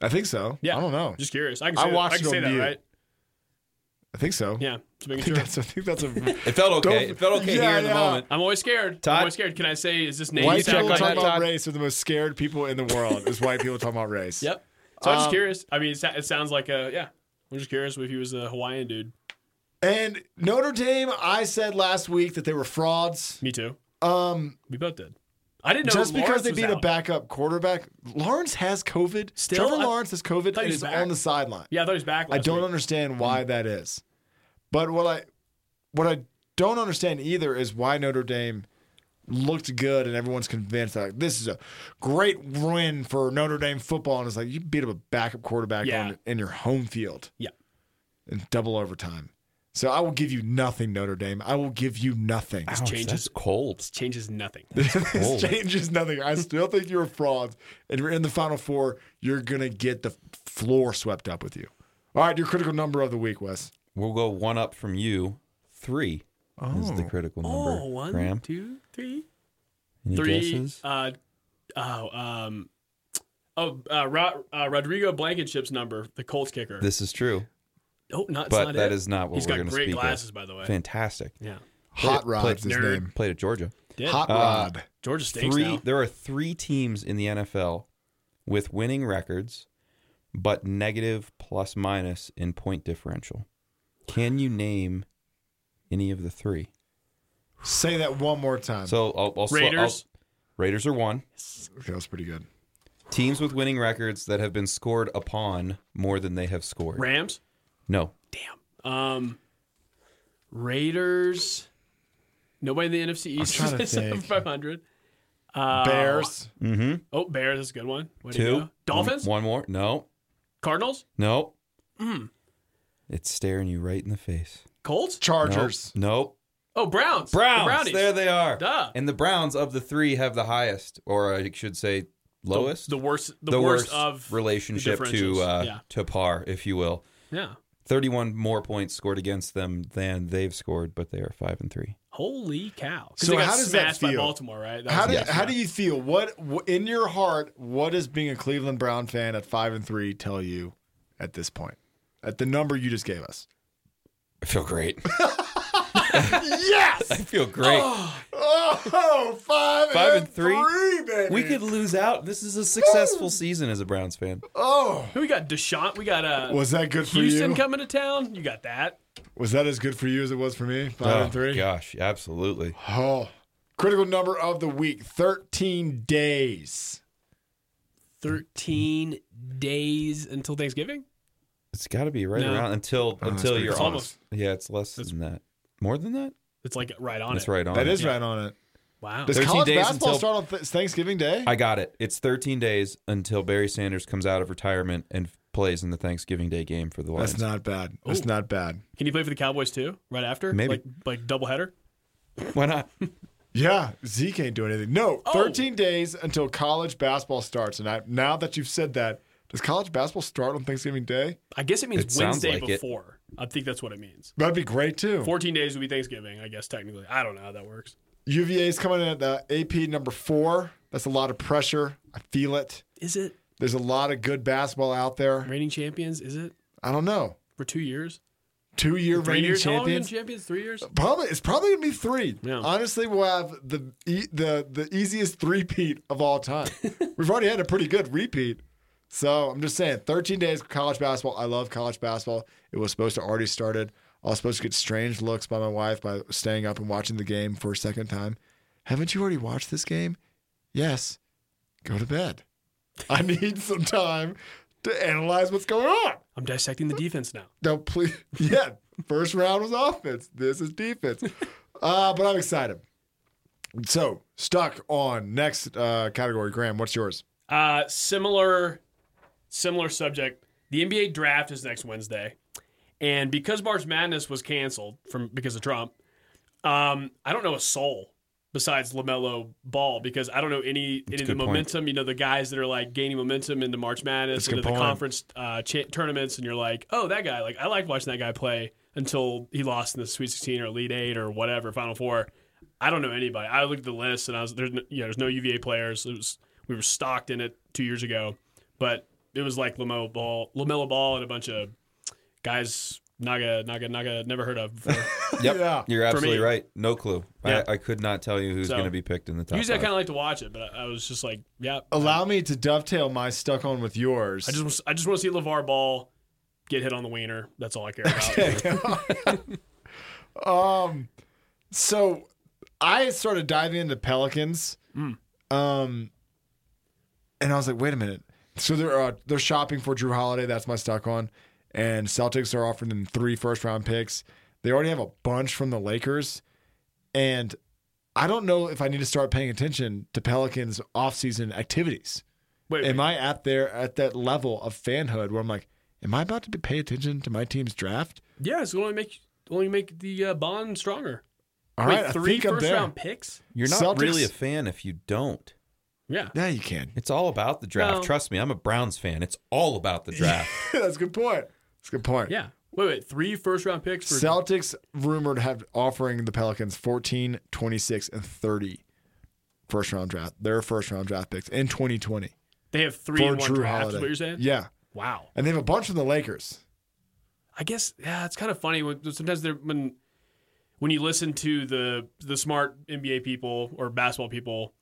Speaker 2: I think so.
Speaker 4: Yeah.
Speaker 2: I don't know.
Speaker 4: Just curious. I can
Speaker 2: I
Speaker 4: say that.
Speaker 2: watched
Speaker 4: I can
Speaker 2: it
Speaker 4: say
Speaker 2: on
Speaker 4: that,
Speaker 2: mute.
Speaker 4: right?
Speaker 2: I think so.
Speaker 4: Yeah. Just
Speaker 2: I
Speaker 4: making
Speaker 2: think
Speaker 4: sure.
Speaker 2: that's, I think that's a.
Speaker 3: it felt okay.
Speaker 2: Don't-
Speaker 3: It felt okay
Speaker 2: Yeah,
Speaker 3: here in the
Speaker 2: yeah.
Speaker 3: moment.
Speaker 4: I'm always scared.
Speaker 3: Todd?
Speaker 4: I'm always scared. Can I say is this name?
Speaker 2: White
Speaker 4: sound
Speaker 2: people
Speaker 4: like
Speaker 2: talking
Speaker 4: that?
Speaker 2: about race are the most scared people in the world. Is white people talking about race?
Speaker 4: Yep. So I'm just
Speaker 2: Um,
Speaker 4: curious. I mean, it sa- it sounds like a yeah. I'm just curious if he was a Hawaiian dude.
Speaker 2: And Notre Dame, I said last week that they were frauds.
Speaker 4: Me too.
Speaker 2: Um,
Speaker 4: We both did. I didn't know
Speaker 2: just because
Speaker 4: Lawrence
Speaker 2: they
Speaker 4: was
Speaker 2: beat a
Speaker 4: out.
Speaker 2: backup quarterback, Lawrence has COVID.
Speaker 4: Still,
Speaker 2: Trevor
Speaker 4: I-
Speaker 2: Lawrence has COVID and
Speaker 4: thought he was
Speaker 2: is
Speaker 4: back.
Speaker 2: on the sideline.
Speaker 4: Yeah, I thought he was back.
Speaker 2: I
Speaker 4: last
Speaker 2: don't
Speaker 4: week. Mm-hmm.
Speaker 2: understand why that is. But what I what I don't understand either is why Notre Dame looked good and everyone's convinced that like, this is a great win for Notre Dame football. And it's like you beat up a backup quarterback
Speaker 4: Yeah.
Speaker 2: on, in your home field.
Speaker 4: Yeah.
Speaker 2: In double overtime. So I will give you nothing, Notre Dame. I will give you nothing.
Speaker 3: Ouch,
Speaker 4: changes.
Speaker 3: that's cold.
Speaker 4: Changes nothing.
Speaker 2: this changes nothing. I still think you're a fraud. And we're in the final four. You're gonna get the floor swept up with you. All right, your critical number of the week, Wes.
Speaker 3: We'll go one up from you. Three is the critical number.
Speaker 4: Oh, one, two, three.
Speaker 3: Graham, any
Speaker 4: three.
Speaker 3: guesses?
Speaker 4: Uh, oh, um, oh, uh, Ro- uh, Rodrigo Blankenship's number, the Colts kicker.
Speaker 3: This is true,
Speaker 4: oh, not, it's
Speaker 3: but
Speaker 4: not it.
Speaker 3: that is not what
Speaker 4: He's
Speaker 3: we're
Speaker 4: got
Speaker 3: going to
Speaker 4: great
Speaker 3: speak
Speaker 4: glasses,
Speaker 3: of.
Speaker 4: by the way.
Speaker 3: Fantastic.
Speaker 4: yeah,
Speaker 2: Hot
Speaker 3: Play- Uh,
Speaker 2: Rod's his
Speaker 4: nerd.
Speaker 2: name.
Speaker 3: Played at Georgia.
Speaker 4: did
Speaker 2: Hot Rod.
Speaker 4: Georgia stinks
Speaker 3: three.
Speaker 4: now.
Speaker 3: There are three teams in the NFL with winning records, but negative plus minus in point differential. Can you name any of the three?
Speaker 2: Say that one more time.
Speaker 3: So I'll, I'll sl- I'll-
Speaker 4: Raiders.
Speaker 3: Raiders are one.
Speaker 2: okay, that was pretty good.
Speaker 3: Teams with winning records that have been scored upon more than they have scored.
Speaker 4: Rams.
Speaker 3: No,
Speaker 4: Damn. Um, Raiders. Nobody in the NFC East
Speaker 2: trying to
Speaker 4: is over
Speaker 2: think.
Speaker 4: 500.
Speaker 3: Uh,
Speaker 2: Bears.
Speaker 4: Oh, Bears is a good one. Way to
Speaker 3: two.
Speaker 4: go. Dolphins? Hmm.
Speaker 3: One, one more. No,
Speaker 4: Cardinals?
Speaker 3: no. It's staring you right in the face.
Speaker 4: Colts?
Speaker 3: Nope.
Speaker 2: Chargers.
Speaker 3: Nope.
Speaker 4: Oh, Browns. The
Speaker 3: Browns.
Speaker 4: Brownies.
Speaker 3: There they are.
Speaker 4: Duh.
Speaker 3: And the Browns of the three have the highest, or I should say
Speaker 4: The-
Speaker 3: lowest,
Speaker 4: The, worst. The,
Speaker 3: the
Speaker 4: worst, of
Speaker 3: relationship
Speaker 4: the
Speaker 3: to
Speaker 4: differentials.
Speaker 3: uh,
Speaker 4: yeah.
Speaker 3: to par, if you will.
Speaker 4: Yeah.
Speaker 3: Thirty-one more points scored against them than they've scored, but they are five and three.
Speaker 4: Holy cow! 'Cause
Speaker 2: So
Speaker 4: they got
Speaker 2: how does that
Speaker 4: smashed by
Speaker 2: feel?
Speaker 4: Baltimore, right? That
Speaker 2: How
Speaker 4: was-
Speaker 2: do,
Speaker 4: yeah.
Speaker 2: how do you feel? What wh- in your heart? What does being a Cleveland Brown fan at five and three tell you at this point? At the number you just gave us.
Speaker 3: I feel great.
Speaker 2: Yes.
Speaker 3: I feel great.
Speaker 2: oh, five.
Speaker 3: Five
Speaker 2: and
Speaker 3: and three?
Speaker 2: baby.
Speaker 3: we could lose out. This is a successful season as a Browns fan.
Speaker 2: Oh,
Speaker 4: Who we got? Deshaun. We got uh,
Speaker 2: was that good for
Speaker 4: Houston
Speaker 2: you?
Speaker 4: coming to town. You got that.
Speaker 2: was that as good for you as it was for me? Five
Speaker 3: Oh,
Speaker 2: and three.
Speaker 3: Gosh, absolutely.
Speaker 2: Oh, critical number of the week: thirteen days.
Speaker 4: Thirteen days until Thanksgiving.
Speaker 3: It's got to be right
Speaker 4: No.
Speaker 3: around until
Speaker 2: that's
Speaker 3: until
Speaker 2: pretty
Speaker 3: you're
Speaker 2: close.
Speaker 3: on.
Speaker 4: Almost.
Speaker 3: Yeah, it's less than that. More than that?
Speaker 4: It's like right on
Speaker 3: That's
Speaker 4: it.
Speaker 3: right on.
Speaker 2: That is
Speaker 3: it.
Speaker 2: right on it.
Speaker 4: Wow.
Speaker 2: Does
Speaker 3: 13
Speaker 2: college
Speaker 3: days
Speaker 2: basketball
Speaker 3: until-
Speaker 2: start on th- Thanksgiving Day?
Speaker 3: I got it. It's 13 days until Barry Sanders comes out of retirement and f- plays in the Thanksgiving Day game for the Lions.
Speaker 2: That's not bad. That's
Speaker 4: Ooh.
Speaker 2: not bad.
Speaker 4: Can you play for the Cowboys too? Right after,
Speaker 3: Maybe.
Speaker 4: like like doubleheader.
Speaker 3: Why not?
Speaker 2: Yeah, Z can't do anything. No,
Speaker 4: Oh.
Speaker 2: 13 days until college basketball starts. And I, now that you've said that, does college basketball start on Thanksgiving Day?
Speaker 4: I guess it
Speaker 3: It
Speaker 4: means
Speaker 3: sounds
Speaker 4: Wednesday
Speaker 3: like it.
Speaker 4: before. I think that's what it means.
Speaker 2: That'd be great too.
Speaker 4: Fourteen days would be Thanksgiving, I guess technically. I don't know how that works.
Speaker 2: UVA's coming in at the AP number four. That's a lot of pressure. I feel it.
Speaker 4: Is it
Speaker 2: There's a lot of good basketball out there.
Speaker 4: reigning champions? Is it
Speaker 2: I don't know.
Speaker 4: for two years?
Speaker 2: Two year
Speaker 4: Three
Speaker 2: reigning
Speaker 4: years? How long have we been
Speaker 2: champions.
Speaker 4: champions? Three years?
Speaker 2: Probably it's probably gonna be three.
Speaker 4: Yeah.
Speaker 2: Honestly, we'll have the e- the the easiest three peat of all time. We've already had a pretty good repeat. So I'm just saying, 13 days of college basketball. I love college basketball. It was supposed to already started. I was supposed to get strange looks by my wife by staying up and watching the game for a second time. Haven't you already watched this game? Yes. Go to bed. I need some time to analyze what's going on.
Speaker 4: I'm dissecting the defense now.
Speaker 2: No, please. Yeah, first round was offense. This is defense. Uh, but I'm excited. So stuck on next uh, category, Graham. What's yours?
Speaker 4: Uh, similar, similar subject. The NBA draft is next Wednesday, and because March Madness was canceled from because of Trump, um, I don't know a soul besides Lamelo Ball because I don't know any any of the
Speaker 3: good point.
Speaker 4: momentum. You know the guys that are like gaining momentum into March Madness
Speaker 2: That's a
Speaker 4: into
Speaker 2: good
Speaker 4: the
Speaker 2: point.
Speaker 4: conference uh, cha- tournaments, and you're like, oh, that guy. Like I liked watching that guy play until he lost in the Sweet 16 or Elite Eight or whatever Final Four. I don't know anybody. I looked at the list and I was there's no, yeah, there's no UVA players. It was we were stocked in it two years ago, but it was like Lamelo Ball, Lamelo Ball, and a bunch of guys Naga Naga Naga never heard of. Before.
Speaker 3: Yep,
Speaker 2: Yeah.
Speaker 3: you're absolutely
Speaker 4: me.
Speaker 3: right. No clue.
Speaker 4: Yeah.
Speaker 3: I, I could not tell you who's
Speaker 4: So,
Speaker 3: going to be picked in the top.
Speaker 4: Usually I
Speaker 3: five.
Speaker 4: kind of like to watch it, but I I was just like, yeah,
Speaker 2: Allow me to dovetail my stuck on with yours.
Speaker 4: I just I just want to see Levar Ball get hit on the wiener. That's all I care about.
Speaker 2: So I started diving into Pelicans,
Speaker 4: Mm.
Speaker 2: um, and I was like, wait a minute. So they're uh, they're shopping for Drew Holiday. That's my stock on, and Celtics are offering them three first round picks. They already have a bunch from the Lakers, and I don't know if I need to start paying attention to Pelicans offseason activities.
Speaker 4: Wait,
Speaker 2: Am I at there at that level of fanhood where I'm like, am I about to be pay attention to my team's draft?
Speaker 4: yeah, it's only make only make the uh, bond stronger.
Speaker 2: All
Speaker 4: Wait,
Speaker 2: right, I
Speaker 4: three
Speaker 2: think I'm
Speaker 4: first
Speaker 2: there.
Speaker 4: round picks.
Speaker 3: You're not
Speaker 2: Celtics-
Speaker 3: really a fan if you don't.
Speaker 4: Yeah,
Speaker 2: Yeah, you can.
Speaker 3: It's all about the draft.
Speaker 4: No.
Speaker 3: Trust me, I'm a Browns fan. It's all about the draft.
Speaker 2: That's a good point. That's a good point.
Speaker 4: yeah. Wait, wait, three first round picks for
Speaker 2: Celtics rumored to have offering the Pelicans 14, 26, and 30 first round draft, their first round draft picks in 2020
Speaker 4: they have three
Speaker 2: for
Speaker 4: in one
Speaker 2: Drew
Speaker 4: draft.
Speaker 2: Holiday.
Speaker 4: Is what you're saying?
Speaker 2: Yeah.
Speaker 4: Wow.
Speaker 2: And they have a bunch from the Lakers.
Speaker 4: I guess yeah, it's kind of funny when sometimes they're when when you listen to the the smart NBA people or basketball people,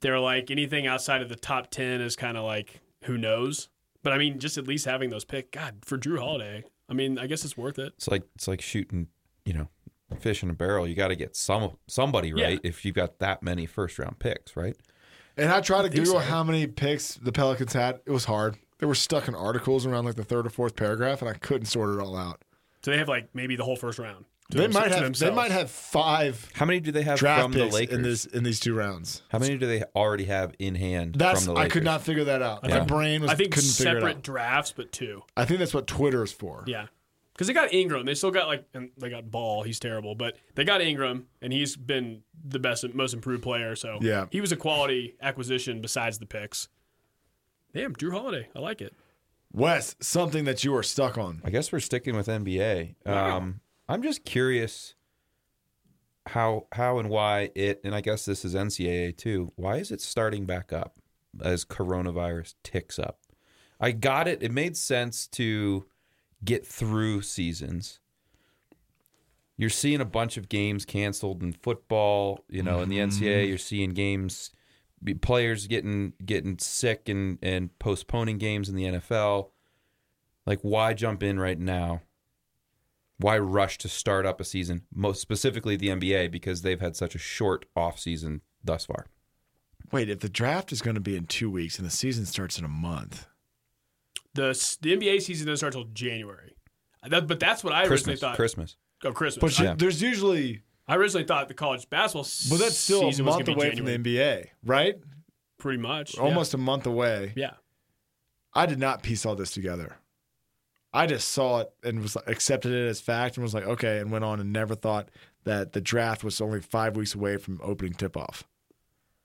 Speaker 4: they're like anything outside of the top ten is kind of like who knows. But I mean, just at least having those pick, God, for Drew Holiday, I mean, I guess it's worth it.
Speaker 3: it's like it's like shooting, you know, fish in a barrel. You got to get some somebody
Speaker 4: Yeah.
Speaker 3: right if you've got that many first round picks, right?
Speaker 2: And I tried to
Speaker 4: think
Speaker 2: Google
Speaker 4: so.
Speaker 2: how many picks the Pelicans had. It was hard. They were stuck in articles around like the third or fourth paragraph, and I couldn't sort it all out.
Speaker 4: So they have like maybe the whole first round. to
Speaker 2: They
Speaker 4: themse-
Speaker 2: might
Speaker 4: to
Speaker 2: have. They
Speaker 4: themselves.
Speaker 2: might have five
Speaker 3: How many do they have
Speaker 2: draft
Speaker 3: from the
Speaker 2: picks
Speaker 3: Lakers?
Speaker 2: in this in these two rounds.
Speaker 3: How many do they already have in hand?
Speaker 2: That's
Speaker 3: from the
Speaker 2: I
Speaker 3: Lakers?
Speaker 2: could not figure that out. My
Speaker 3: think-
Speaker 2: brain was
Speaker 4: I think
Speaker 2: couldn't figure it
Speaker 4: separate
Speaker 2: out.
Speaker 4: drafts, but two.
Speaker 2: I think that's what Twitter is for.
Speaker 4: Yeah. Because they got Ingram. They still got like, and they got Ball. He's terrible, but they got Ingram, and he's been the best, most improved player. So
Speaker 2: Yeah.
Speaker 4: he was a quality acquisition besides the picks. Damn, Drew Holiday. I like it.
Speaker 2: Wes, something that you are stuck on.
Speaker 3: I guess we're sticking with NBA.
Speaker 4: Wow.
Speaker 3: Um, I'm just curious how how and why it, and I guess this is NCAA too. Why is it starting back up as coronavirus ticks up? I got it. It made sense to get through seasons. You're seeing a bunch of games canceled in football. You know, in the NCAA, you're seeing games, players getting getting sick and and postponing games in the NFL. Like, why jump in right now? Why rush to start up a season, most specifically the NBA, because they've had such a short offseason thus far?
Speaker 2: Wait, if the draft is going to be in two weeks and the season starts in a month,
Speaker 4: The, s- the NBA season doesn't start till January. That, but that's what I originally
Speaker 3: Christmas.
Speaker 4: thought.
Speaker 3: Christmas.
Speaker 4: Of Christmas.
Speaker 2: but
Speaker 4: I,
Speaker 2: you- there's usually,
Speaker 4: I originally thought the college basketball
Speaker 2: but that's still
Speaker 4: season
Speaker 2: a
Speaker 4: was
Speaker 2: month
Speaker 4: gonna be
Speaker 2: away from
Speaker 4: January,
Speaker 2: the NBA, right?
Speaker 4: Pretty much. yeah.
Speaker 2: Almost a month away.
Speaker 4: Yeah.
Speaker 2: I did not piece all this together. I just saw it and was like, accepted it as fact and was like, okay, and went on and never thought that the draft was only five weeks away from opening tip off.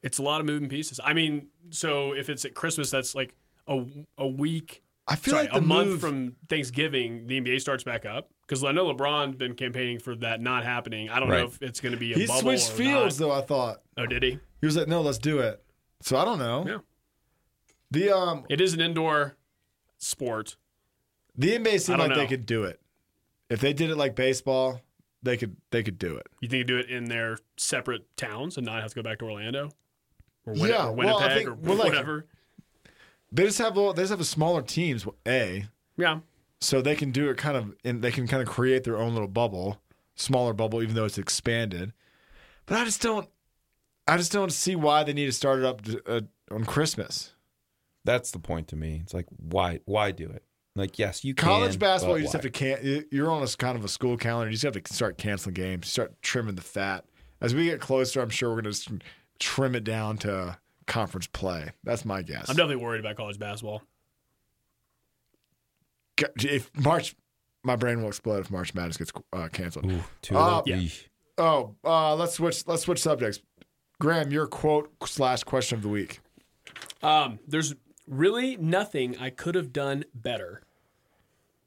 Speaker 4: It's a lot of moving pieces. I mean, so if it's at Christmas, that's like a, a week –
Speaker 2: I feel
Speaker 4: Sorry,
Speaker 2: like the
Speaker 4: a month
Speaker 2: move-
Speaker 4: from Thanksgiving, the NBA starts back up because I know LeBron's been campaigning for that not happening. I don't
Speaker 3: Right.
Speaker 4: know if it's going to be a
Speaker 2: he
Speaker 4: bubble
Speaker 2: switched
Speaker 4: or
Speaker 2: fields
Speaker 4: not.
Speaker 2: though. I thought
Speaker 4: Oh, did he?
Speaker 2: he was like, no, let's do it. So I don't know.
Speaker 4: Yeah.
Speaker 2: The um
Speaker 4: It is an indoor sport.
Speaker 2: the NBA seemed
Speaker 4: I don't
Speaker 2: like they
Speaker 4: know.
Speaker 2: could do it. If they did it like baseball, they could they could do it.
Speaker 4: You think you do it in their separate towns and not have to go back to Orlando or, Win-
Speaker 2: Yeah,
Speaker 4: or
Speaker 2: well,
Speaker 4: Winnipeg
Speaker 2: I think-
Speaker 4: or
Speaker 2: well, like-
Speaker 4: whatever?
Speaker 2: They just have a- they just have a smaller teams. A
Speaker 4: yeah.
Speaker 2: so they can do it kind of and they can kind of create their own little bubble, smaller bubble, even though it's expanded. But I just don't, I just don't see why they need to start it up uh, on Christmas.
Speaker 3: That's the point to me. It's like why why do it? Like yes, you
Speaker 2: College
Speaker 3: can,
Speaker 2: basketball,
Speaker 3: but
Speaker 2: you just
Speaker 3: why?
Speaker 2: have to can. you- You're on a s- kind of a school calendar. You just have to start canceling games. Start trimming the fat. As we get closer, I'm sure we're going to trim it down to conference play. That's my guess.
Speaker 4: I'm definitely worried about college basketball.
Speaker 2: G- If March, my brain will explode if March Madness gets uh, canceled.
Speaker 3: Ooh, too
Speaker 2: Uh,
Speaker 3: late.
Speaker 4: yeah.
Speaker 3: Eesh.
Speaker 2: Oh, uh, let's switch. Let's switch subjects. Graham, your quote slash question of the week.
Speaker 4: Um, there's really nothing I could have done better,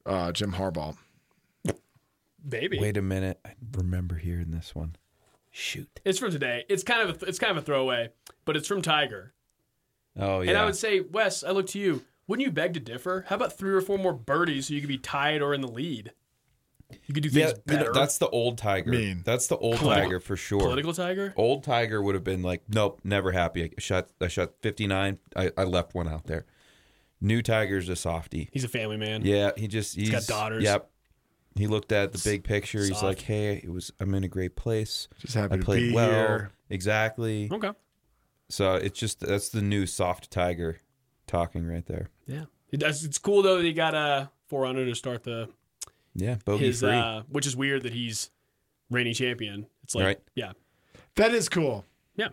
Speaker 2: Uh, Jim Harbaugh.
Speaker 4: baby.
Speaker 3: Wait a minute. I remember hearing this one.
Speaker 4: Shoot, it's from today. It's kind of a, it's kind of a throwaway, but it's from Tiger.
Speaker 3: Oh yeah.
Speaker 4: And I would say, Wes, I look to you. Wouldn't you beg to differ? How about three or four more birdies so you could be tied or in the lead? You could do
Speaker 3: yeah,
Speaker 4: things
Speaker 3: you know,
Speaker 4: better.
Speaker 3: that's the old tiger.
Speaker 2: Mean.
Speaker 3: That's the old
Speaker 4: Political-
Speaker 3: tiger for sure.
Speaker 4: political tiger.
Speaker 3: Old Tiger would have been like, nope, never happy. I shot, I shot 59. I, I left one out there. New Tiger's a softy.
Speaker 4: He's a family man.
Speaker 3: Yeah, he just he's,
Speaker 4: got daughters.
Speaker 3: Yep. He looked at the big picture. He's
Speaker 4: Soft.
Speaker 3: like, hey, it was I'm in a great place.
Speaker 2: Just happy
Speaker 3: I
Speaker 2: to
Speaker 3: played
Speaker 2: be
Speaker 3: well.
Speaker 2: here.
Speaker 3: Exactly.
Speaker 4: Okay.
Speaker 3: So it's just that's the new soft Tiger talking right there.
Speaker 4: Yeah. It does, it's cool though that he got a four under to start the
Speaker 3: Yeah, bogey
Speaker 4: his
Speaker 3: free.
Speaker 4: uh, which is weird that he's reigning champion. It's like
Speaker 3: Right.
Speaker 4: yeah.
Speaker 2: That is cool.
Speaker 4: Yeah.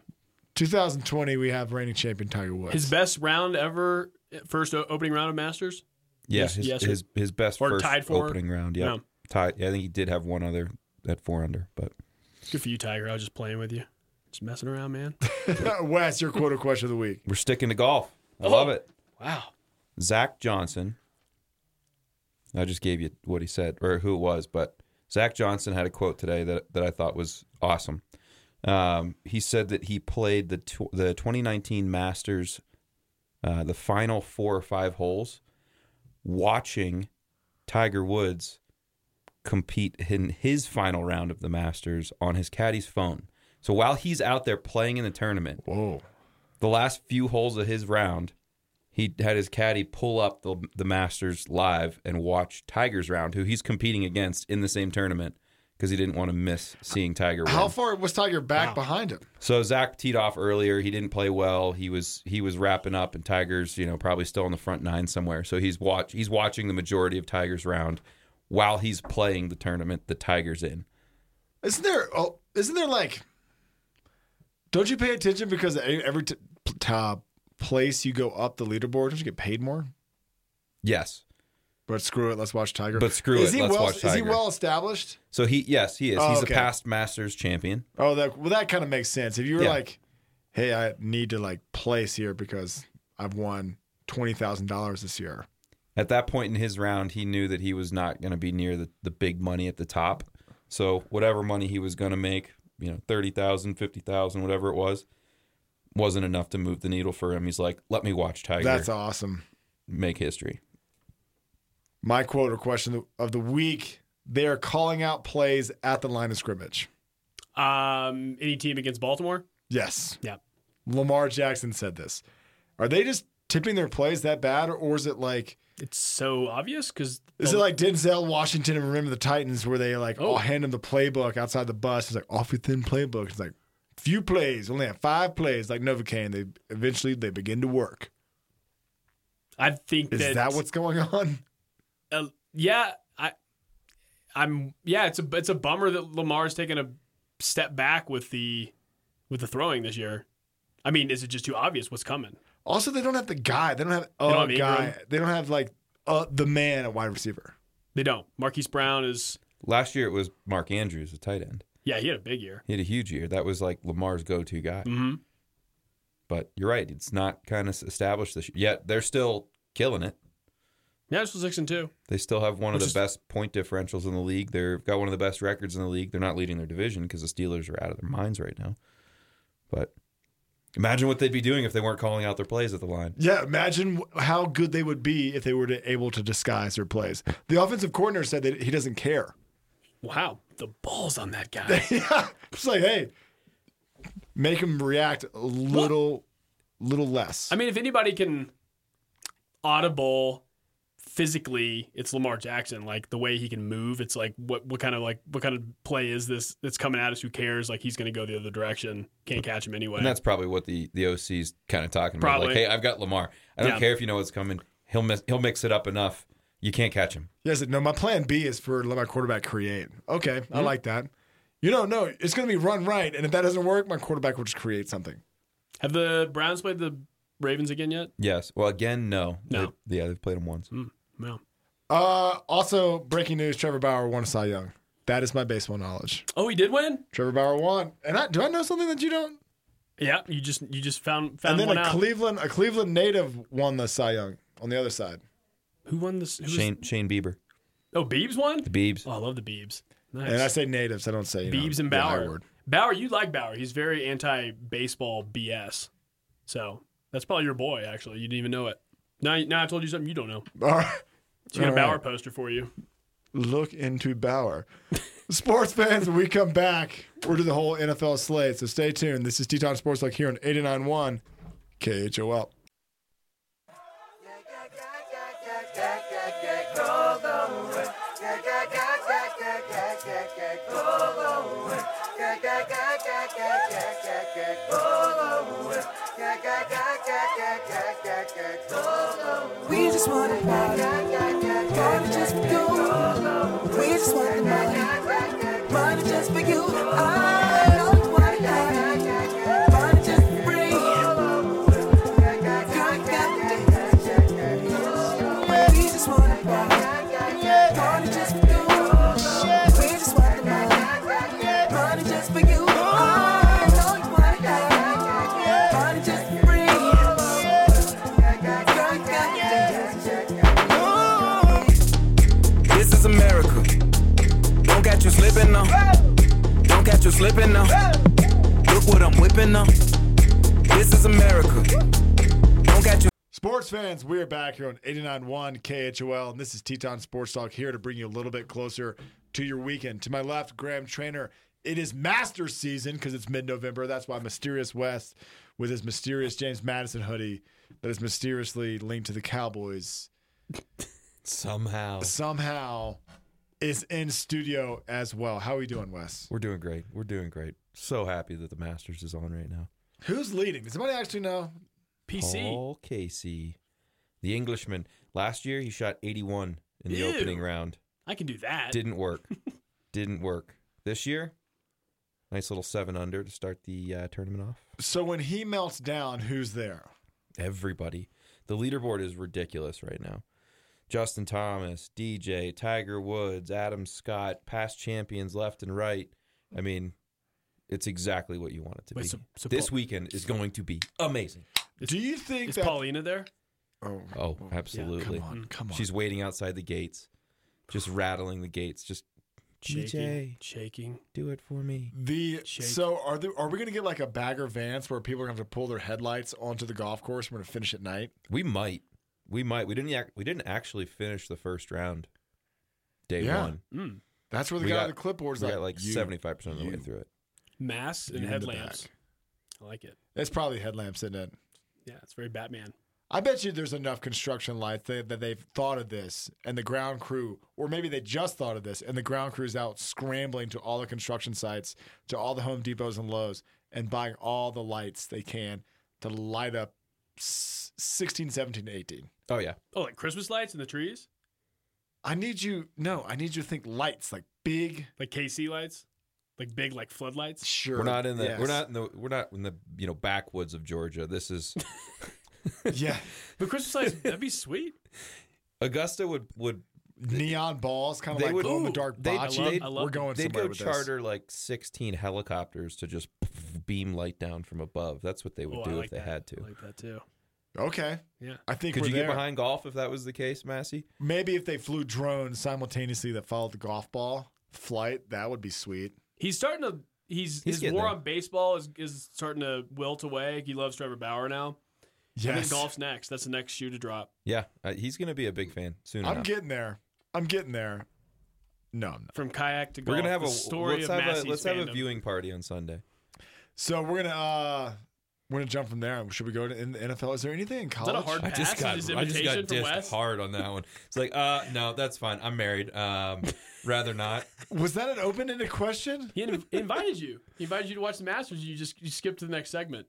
Speaker 2: 2020, we have reigning champion Tiger Woods.
Speaker 4: His best round ever first o- opening round of Masters.
Speaker 3: yeah,
Speaker 4: yes-
Speaker 3: his,
Speaker 4: yes, or-
Speaker 3: his his best
Speaker 4: or
Speaker 3: first
Speaker 4: tied for-
Speaker 3: opening round. Yeah,
Speaker 4: Yeah.
Speaker 3: tied. Yeah, I think he did have one other at four under, but
Speaker 4: Good for you, Tiger. I was just playing with you. Just messing around, man.
Speaker 2: Wes, your quote or question of the week.
Speaker 3: we're sticking to golf.
Speaker 4: Oh,
Speaker 3: I love it.
Speaker 4: Wow.
Speaker 3: Zach Johnson. I just gave you what he said or who it was, but Zach Johnson had a quote today that, that I thought was awesome. Um, he said that he played the tw- the 2019 Masters, uh, the final four or five holes, watching Tiger Woods compete in his final round of the Masters on his caddy's phone. So while he's out there playing in the tournament,
Speaker 2: Whoa.
Speaker 3: the last few holes of his round, he had his caddy pull up the, the Masters live and watch Tiger's round, who he's competing against in the same tournament because he didn't want to miss seeing Tiger win.
Speaker 2: How far was Tiger back behind him?
Speaker 3: so Zach teed off earlier. He didn't play well. He was he was wrapping up, and Tiger's you know probably still on the front nine somewhere. So he's watch he's watching the majority of Tiger's round while he's playing the tournament that Tiger's in.
Speaker 2: Isn't there? Oh, isn't there like? Don't you pay attention because e- every t- p- uh, place you go up the leaderboard, don't you get paid more?
Speaker 3: Yes.
Speaker 2: But screw it, let's watch Tiger.
Speaker 3: But screw
Speaker 2: is
Speaker 3: it,
Speaker 2: he
Speaker 3: let's
Speaker 2: well,
Speaker 3: watch
Speaker 2: Is he
Speaker 3: Tiger.
Speaker 2: well established?
Speaker 3: So he yes he is.
Speaker 2: Oh,
Speaker 3: he's
Speaker 2: okay.
Speaker 3: a past Masters champion.
Speaker 2: Oh, that well, that kind of makes sense. If you were
Speaker 3: Yeah.
Speaker 2: like, hey, I need to like place here because I've won twenty thousand dollars this year.
Speaker 3: At that point in his round, he knew that he was not going to be near the, the big money at the top. So whatever money he was going to make, you know, 30,000, 50,000, whatever it was, wasn't enough to move the needle for him. He's like, "Let me watch Tiger
Speaker 2: That's awesome.
Speaker 3: make history."
Speaker 2: My quote or question of the week: They are calling out plays at the line of scrimmage.
Speaker 4: Um, any team against Baltimore?
Speaker 2: Yes.
Speaker 4: Yeah.
Speaker 2: Lamar Jackson said this. Are they just tipping their plays that bad, or, or is it like
Speaker 4: It's so obvious because
Speaker 2: is it like Denzel Washington and Remember the Titans where they like oh hand him the playbook outside the bus? It's like awfully thin playbook. It's like few plays, only have five plays. Like Novocaine, they eventually they begin to work.
Speaker 4: I think
Speaker 2: Is that what's going on?
Speaker 4: uh, yeah, I, I'm yeah. It's a it's a bummer that Lamar's taking a step back with the with the throwing this year. I mean, is it just too obvious what's coming?
Speaker 2: Also, they don't have the guy. They don't have a
Speaker 4: don't have
Speaker 2: guy.
Speaker 4: Ingram.
Speaker 2: They don't have like uh, the man at wide receiver.
Speaker 4: They don't. Marquise Brown is
Speaker 3: Last year it was Mark Andrews, the tight end.
Speaker 4: yeah, he had a big year.
Speaker 3: He had a huge year. That was like Lamar's go-to guy.
Speaker 4: Mm-hmm.
Speaker 3: But you're right, it's not kind of established this year. Yet they're still killing it.
Speaker 4: Yeah, this was six and two.
Speaker 3: They still have one of
Speaker 4: Which
Speaker 3: the
Speaker 4: is-
Speaker 3: best point differentials in the league. They've got one of the best records in the league. They're not leading their division because the Steelers are out of their minds right now. But imagine what they'd be doing if they weren't calling out their plays at the line.
Speaker 2: Yeah, imagine wh- how good they would be if they were to, able to disguise their plays. The offensive coordinator said that he doesn't care.
Speaker 4: Wow, the balls on that guy.
Speaker 2: yeah, it's like hey, make him react a little, little less.
Speaker 4: I mean, if anybody can audible physically it's Lamar Jackson. Like the way he can move, it's like what what kind of like what kind of play is this that's coming at us? Who cares? Like he's going to go the other direction. Can't catch him anyway.
Speaker 3: And that's probably what the the OC's kind of talking about.
Speaker 4: Probably.
Speaker 3: Like, hey, I've got Lamar. I don't
Speaker 4: Yeah.
Speaker 3: care if you know what's coming. He'll miss, he'll mix it up enough. You can't catch him.
Speaker 2: Yes, no, my plan B is for let my quarterback create. Okay,
Speaker 4: Mm-hmm.
Speaker 2: I like that. You don't know. It's going to be run right. And if that doesn't work, my quarterback will just create something.
Speaker 4: Have the Browns played the Ravens again yet?
Speaker 3: Yes. Well, again, no.
Speaker 4: No. Mm-hmm.
Speaker 3: They- yeah, they've played him once.
Speaker 4: No.
Speaker 2: Uh, also, breaking news Trevor Bauer won a Cy Young. That is my baseball knowledge.
Speaker 4: Oh, he did win.
Speaker 2: Trevor Bauer won. And I, do I know something that you don't?
Speaker 4: Yeah, you just you just found
Speaker 2: And
Speaker 4: found
Speaker 2: then
Speaker 4: one
Speaker 2: a
Speaker 4: out.
Speaker 2: Cleveland a Cleveland native won the Cy Young on the other side.
Speaker 4: who won this? Who was-
Speaker 3: Shane Shane Bieber.
Speaker 4: oh, Beebs won.
Speaker 3: The Biebs.
Speaker 4: Oh, I love the Beebs. Nice.
Speaker 2: And I say natives, I don't say you know,
Speaker 4: Beebs and
Speaker 2: the I
Speaker 4: Bauer.
Speaker 2: word.
Speaker 4: Bauer, you like Bauer. He's very anti baseball BS. So that's probably your boy. Actually, you didn't even know it. Now, now I told you something you don't know.
Speaker 2: All right.
Speaker 4: She got a
Speaker 2: All
Speaker 4: Bauer
Speaker 2: right.
Speaker 4: poster for you.
Speaker 2: Look into Bauer. Sports fans, when we come back, we're doing the whole NFL slate. So stay tuned. This is Teton Sports Talk here on 89.1 KHOL.
Speaker 5: We just want to party. Party just for you. We just want the money. Money just for you. I don't want that. Money just for free. Girl, you got it. We just want to party. Party just for you. We just want the money. Money just for you. I don't want that. Money just for free. Girl, you got it.
Speaker 6: This is America. Don't catch you slipping now. Don't catch you slipping now. Look what I'm whipping now. This is America. Don't catch you.
Speaker 2: Sports fans, we are back here on 89.1 KHOL, and this is Teton Sports Talk here to bring you a little bit closer to your weekend. To my left, Graham Trainer. It is Masters season because it's mid-November. That's why Mysterious West, with his mysterious James Madison hoodie that is mysteriously linked to the Cowboys,
Speaker 3: Somehow.
Speaker 2: somehow is in studio as well. How are you doing, Wes?
Speaker 3: We're doing great. We're doing great. So happy that the Masters is on right now.
Speaker 2: Who's leading? Does anybody actually know?
Speaker 4: PC.
Speaker 3: Paul Casey, the Englishman. Last year he shot 81 in the
Speaker 4: Ew.
Speaker 3: opening round.
Speaker 4: I can do that.
Speaker 3: Didn't work. Didn't work. This year, nice little seven under to start the uh, tournament off.
Speaker 2: So when he melts down, who's there?
Speaker 3: Everybody. The leaderboard is ridiculous right now. Justin Thomas, DJ, Tiger Woods, Adam Scott, past champions left and right. I mean, it's exactly what you want it to
Speaker 4: Wait,
Speaker 3: be.
Speaker 4: so- so
Speaker 3: this
Speaker 4: Paul-
Speaker 3: weekend is going to be amazing.
Speaker 2: Do you think
Speaker 4: Is
Speaker 2: that?
Speaker 4: Paulina there?
Speaker 2: oh,
Speaker 3: Oh, absolutely.
Speaker 2: come on, come on.
Speaker 3: She's waiting outside the gates, just rattling the gates. Just
Speaker 4: Shaking.
Speaker 3: DJ,
Speaker 4: Shaking.
Speaker 3: do it for me.
Speaker 2: The
Speaker 4: Shake.
Speaker 2: so are there, are we gonna get like a bagger Vance where people are gonna have to pull their headlights onto the golf course? We're gonna finish at night.
Speaker 3: We might. We might. We didn't. Act, we didn't actually finish the first round. Day
Speaker 2: Yeah.
Speaker 3: one.
Speaker 2: That's where the
Speaker 3: We
Speaker 2: guy
Speaker 3: got-
Speaker 2: with the clipboard's
Speaker 3: we
Speaker 2: like,
Speaker 3: got like
Speaker 2: "You,
Speaker 3: seventy five percent of the way
Speaker 2: you,
Speaker 3: through it.
Speaker 4: Masks
Speaker 2: you
Speaker 4: and
Speaker 2: in the
Speaker 4: headlamps.
Speaker 2: back."
Speaker 4: I like it.
Speaker 2: It's probably headlamps in it.
Speaker 4: Yeah, it's very Batman.
Speaker 2: I bet you there's enough construction lights that, that they've thought of this, and the ground crew, or maybe they just thought of this, and the ground crew's out scrambling to all the construction sites, to all the Home Depots and Lowe's, and buying all the lights they can to light up s- 16, 17, 18.
Speaker 3: Oh yeah.
Speaker 4: Oh, like Christmas lights in the trees,
Speaker 2: I need you. No, I need you to think lights like big.
Speaker 4: like KC lights, like big like floodlights.
Speaker 2: Sure.
Speaker 3: We're not in the.
Speaker 2: yes.
Speaker 3: We're not in the. We're not in the. You know, backwoods of Georgia. This is
Speaker 2: Yeah.
Speaker 4: But Christmas lights, that'd be sweet.
Speaker 3: Augusta would would
Speaker 2: Neon balls, kind of
Speaker 3: They
Speaker 2: like
Speaker 3: would-
Speaker 2: glow in the
Speaker 4: Ooh,
Speaker 2: dark
Speaker 3: they'd-
Speaker 2: bocce.
Speaker 3: I love-
Speaker 4: I love
Speaker 2: We're going
Speaker 3: they'd
Speaker 2: somewhere
Speaker 3: go
Speaker 2: with
Speaker 3: charter like sixteen helicopters to just beam light down from above. That's what they would
Speaker 4: Oh, I
Speaker 3: do
Speaker 4: like
Speaker 3: if they
Speaker 4: that.
Speaker 3: had
Speaker 4: I
Speaker 3: to.
Speaker 4: like that too.
Speaker 2: this. Okay.
Speaker 4: Yeah.
Speaker 2: I think
Speaker 3: Could
Speaker 2: we're
Speaker 3: you
Speaker 2: there.
Speaker 3: get behind golf if that was the case, Massey?
Speaker 2: Maybe if they flew drones simultaneously that followed the golf ball flight, that would be sweet.
Speaker 4: He's starting to. He's,
Speaker 3: He's
Speaker 4: his
Speaker 3: getting
Speaker 4: war
Speaker 3: there.
Speaker 4: on baseball is, is starting to wilt away. He loves Trevor Bauer now. I think golf's next. That's the next shoe to drop.
Speaker 3: Yeah, uh, he's going to be a big fan soon
Speaker 2: I'm
Speaker 3: enough.
Speaker 2: getting there. I'm getting there. No, I'm not.
Speaker 4: From kayak to golf.
Speaker 3: We're gonna have
Speaker 4: the
Speaker 3: a
Speaker 4: story
Speaker 3: let's
Speaker 4: of
Speaker 3: have a
Speaker 4: Massey's
Speaker 3: let's have a
Speaker 4: fandom.
Speaker 3: viewing party on Sunday.
Speaker 2: So we're gonna uh we're gonna jump from there. Should we go to in the NFL? Is there anything in
Speaker 4: that
Speaker 2: college?
Speaker 4: a hard
Speaker 3: I just
Speaker 4: pass
Speaker 3: got
Speaker 4: on his
Speaker 3: I just got
Speaker 4: invitation from
Speaker 3: dissed
Speaker 4: Wes?
Speaker 3: hard on that one. It's like, uh, no, that's fine. I'm married. Um, rather not.
Speaker 2: Was that an open-ended question?
Speaker 4: He in- invited you. He invited you to watch the Masters. You just you skipped to the next segment.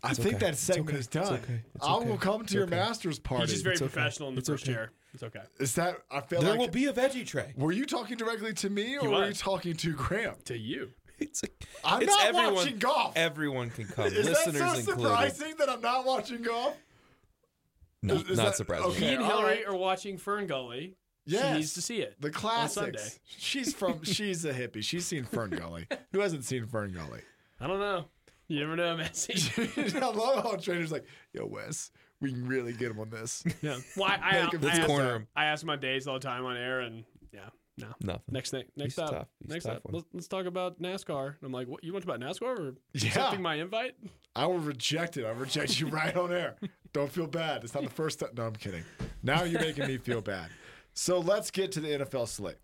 Speaker 2: I think that segment is done. I will come to your master's party.
Speaker 4: He's just very professional in the first chair. It's okay.
Speaker 2: is that? I feel
Speaker 3: There
Speaker 2: like.
Speaker 3: will be a veggie tray.
Speaker 2: were you talking directly to me, or were
Speaker 4: was.
Speaker 2: you talking to Graham?
Speaker 4: To you.
Speaker 3: It's like,
Speaker 2: I'm
Speaker 3: it's
Speaker 2: not
Speaker 3: everyone,
Speaker 2: watching golf.
Speaker 3: Everyone can come.
Speaker 2: Is
Speaker 3: Listeners
Speaker 2: that so
Speaker 3: included.
Speaker 2: surprising that I'm not watching golf?
Speaker 3: No,
Speaker 2: Is- is
Speaker 3: not
Speaker 2: that-
Speaker 3: surprising.
Speaker 2: okay.
Speaker 4: He and
Speaker 2: all
Speaker 4: Hillary
Speaker 2: right.
Speaker 4: are watching Fern Gully.
Speaker 2: Yes.
Speaker 4: She needs to see it.
Speaker 2: The
Speaker 4: Sunday.
Speaker 2: classics. She's from. She's a hippie. She's seen Fern Gully. Who hasn't seen Fern Gully?
Speaker 4: I don't know. You never know, Messi.
Speaker 2: I love how trainers like, yo, Wes, we can really get him on this.
Speaker 4: yeah. Well, I, I, I,
Speaker 2: Make him-
Speaker 3: Let's
Speaker 4: ask,
Speaker 3: corner him.
Speaker 4: I ask my days all the time on air, and yeah, no.
Speaker 3: Nothing.
Speaker 4: Next thing, next
Speaker 3: He's
Speaker 4: up,
Speaker 3: tough. He's
Speaker 4: next
Speaker 3: tough
Speaker 4: up.
Speaker 3: one.
Speaker 4: Let's, let's talk about NASCAR. And I'm like, what? You want to talk about NASCAR or
Speaker 2: Yeah.
Speaker 4: accepting my invite?
Speaker 2: I will reject it. I reject you right on air. Don't feel bad. It's not the first time. No, I'm kidding. Now you're making me feel bad. So let's get to the NFL slate.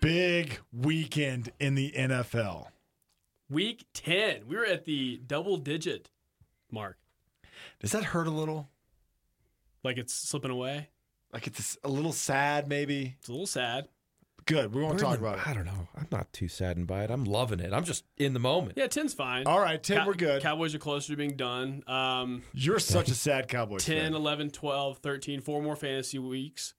Speaker 2: Big weekend in the NFL.
Speaker 4: Week ten, we were at the double digit mark.
Speaker 2: Does that hurt a little?
Speaker 4: Like it's slipping away.
Speaker 2: Like it's a little sad, maybe.
Speaker 4: It's a little sad.
Speaker 2: Good. We won't
Speaker 3: We're
Speaker 2: talk
Speaker 3: in the-
Speaker 2: about it.
Speaker 3: I don't know. I'm not too saddened by it. I'm loving it. I'm just in the moment.
Speaker 4: Yeah, 10's fine.
Speaker 2: All right, Tim,
Speaker 4: Cow-
Speaker 2: we're good.
Speaker 4: Cowboys are closer to being done. Um,
Speaker 2: You're such a sad Cowboys
Speaker 4: 10,
Speaker 2: fan.
Speaker 4: 11, 12, 13, four more fantasy weeks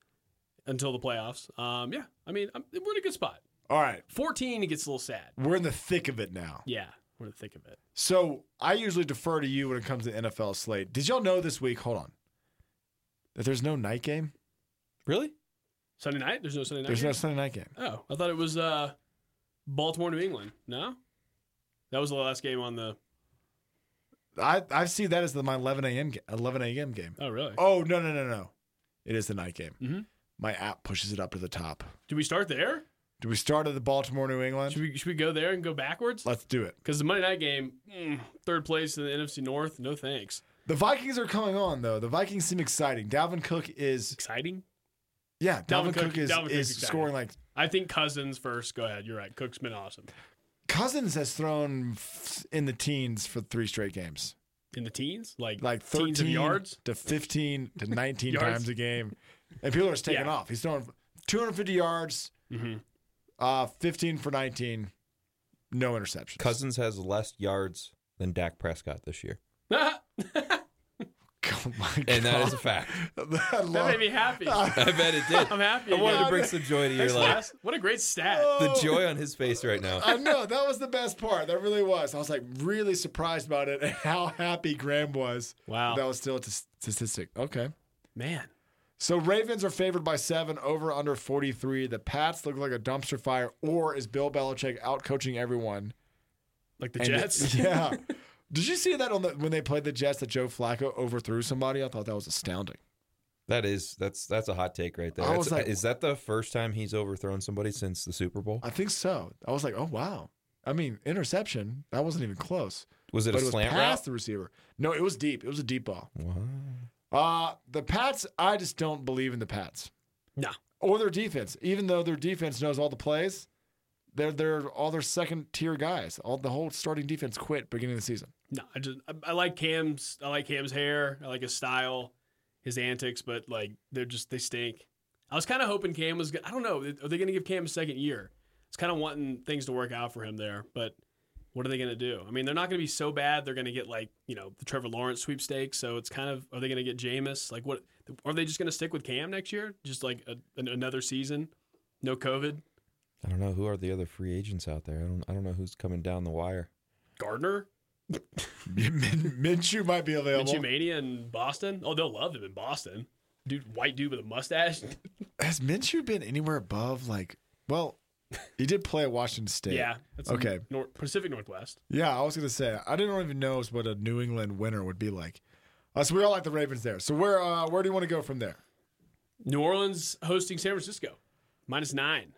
Speaker 4: until the playoffs. Um, yeah, I mean, I'm, we're in a good spot.
Speaker 2: All right,
Speaker 4: 14, it gets a little sad.
Speaker 2: we're in the thick of it now.
Speaker 4: Yeah, we're in the thick of it.
Speaker 2: So I usually defer to you when it comes to NFL slate. Did y'all know this week? Hold on, that there's no night game.
Speaker 3: Really?
Speaker 4: Sunday night? There's no Sunday night.
Speaker 2: There's no
Speaker 4: game?
Speaker 2: Sunday night game.
Speaker 4: Oh, I thought it was uh, Baltimore, New England. No? That was the last game on the.
Speaker 2: I I see that as the, my 11 a.m. ga- 11 a.m. game.
Speaker 4: Oh, really?
Speaker 2: Oh no no no no, it is the night game.
Speaker 4: Mhm.
Speaker 2: My app pushes it up to the top.
Speaker 4: Did we start there?
Speaker 2: Do we start at the Baltimore New
Speaker 4: Should
Speaker 2: England?
Speaker 4: we, should we go there and go backwards?
Speaker 2: Let's do it.
Speaker 4: Because the Monday night game, mm, third place in the NFC North, no thanks.
Speaker 2: The Vikings are coming on though. The Vikings seem exciting. Dalvin Cook is
Speaker 4: Exciting.
Speaker 2: yeah. Dalvin,
Speaker 4: Dalvin
Speaker 2: Cook,
Speaker 4: Cook-
Speaker 2: is
Speaker 4: Dalvin Cook's
Speaker 2: is
Speaker 4: exciting.
Speaker 2: scoring like
Speaker 4: I think Cousins first. Go ahead. You're right. Cook's been awesome.
Speaker 2: Cousins has thrown f- in the teens for three straight games,
Speaker 4: In the teens? Like,
Speaker 2: like thirteen
Speaker 4: teens of yards?
Speaker 2: to fifteen to nineteen
Speaker 4: Yards?
Speaker 2: times a game, and people are just taking
Speaker 4: Yeah. Mm-hmm.
Speaker 2: off. He's throwing two hundred fifty yards, uh, fifteen for nineteen, no interceptions.
Speaker 3: Cousins has less yards than Dak Prescott this year,
Speaker 4: that
Speaker 2: oh my
Speaker 3: and that is a
Speaker 2: God.
Speaker 3: fact.
Speaker 2: I love-
Speaker 4: made me happy. I'm
Speaker 3: I bet it did.
Speaker 4: happy.
Speaker 3: I wanted to
Speaker 4: again.
Speaker 3: bring some joy to your
Speaker 4: Thanks,
Speaker 3: life.
Speaker 4: Les. What a great stat.
Speaker 3: The joy on his face right now.
Speaker 2: Oh, I know that was the best part. That really was. I was like really surprised about it and how happy Graham was.
Speaker 4: Wow.
Speaker 2: that was still a t- statistic. Okay.
Speaker 4: Man.
Speaker 2: So Ravens are favored by seven, over under 43. The Pats look like a dumpster fire, or is Bill Belichick out coaching everyone?
Speaker 4: Like the
Speaker 2: And it-
Speaker 4: Jets.
Speaker 2: yeah. Did you see that on the when they played the Jets that Joe Flacco overthrew somebody? I thought that was astounding.
Speaker 3: That is that's that's a hot take right there.
Speaker 2: I
Speaker 3: That's-
Speaker 2: was like-
Speaker 3: is that the first time he's overthrown somebody since the Super Bowl?
Speaker 2: I think so. I was like, oh wow. I mean, interception. That wasn't even close.
Speaker 3: Was it
Speaker 2: But
Speaker 3: a
Speaker 2: it was
Speaker 3: slant
Speaker 2: past
Speaker 3: route?
Speaker 2: the receiver. No, it was deep. It was a deep ball.
Speaker 3: Wow.
Speaker 2: Uh the Pats, I just don't believe in the Pats.
Speaker 4: No.
Speaker 2: Or their defense. Even though their defense knows all the plays, they're they're all their second tier guys. All the whole starting defense quit beginning of the season.
Speaker 4: No, I just I, I like Cam's I like Cam's hair. I like his style, his antics, but like they're just they stink. I was kind of hoping Cam was. go- I don't know. Are they going to give Cam a second year? It's kind of wanting things to work out for him there, but what are they going to do? I mean, they're not going to be so bad. They're going to get like you know the Trevor Lawrence sweepstakes. So it's kind of are they going to get Jameis? Like what are they just going to stick with Cam next year? Just like a, an, another season, no COVID.
Speaker 3: I don't know who are the other free agents out there. I don't I don't know who's coming down the wire.
Speaker 4: Gardner,
Speaker 2: Min- Minshew might be available.
Speaker 4: Mitchie Mania in Boston. Oh, they'll love him in Boston. Dude, white dude with a mustache.
Speaker 2: Has Minshew been anywhere above like? Well, he did play at Washington State.
Speaker 4: Yeah. That's
Speaker 2: Okay.
Speaker 4: Nor- Pacific Northwest.
Speaker 2: Yeah, I was gonna say I didn't even know what a New England winner would be like. Uh, so we all like the Ravens there. So where uh, where do you want to go from there?
Speaker 4: New Orleans hosting San Francisco, minus nine.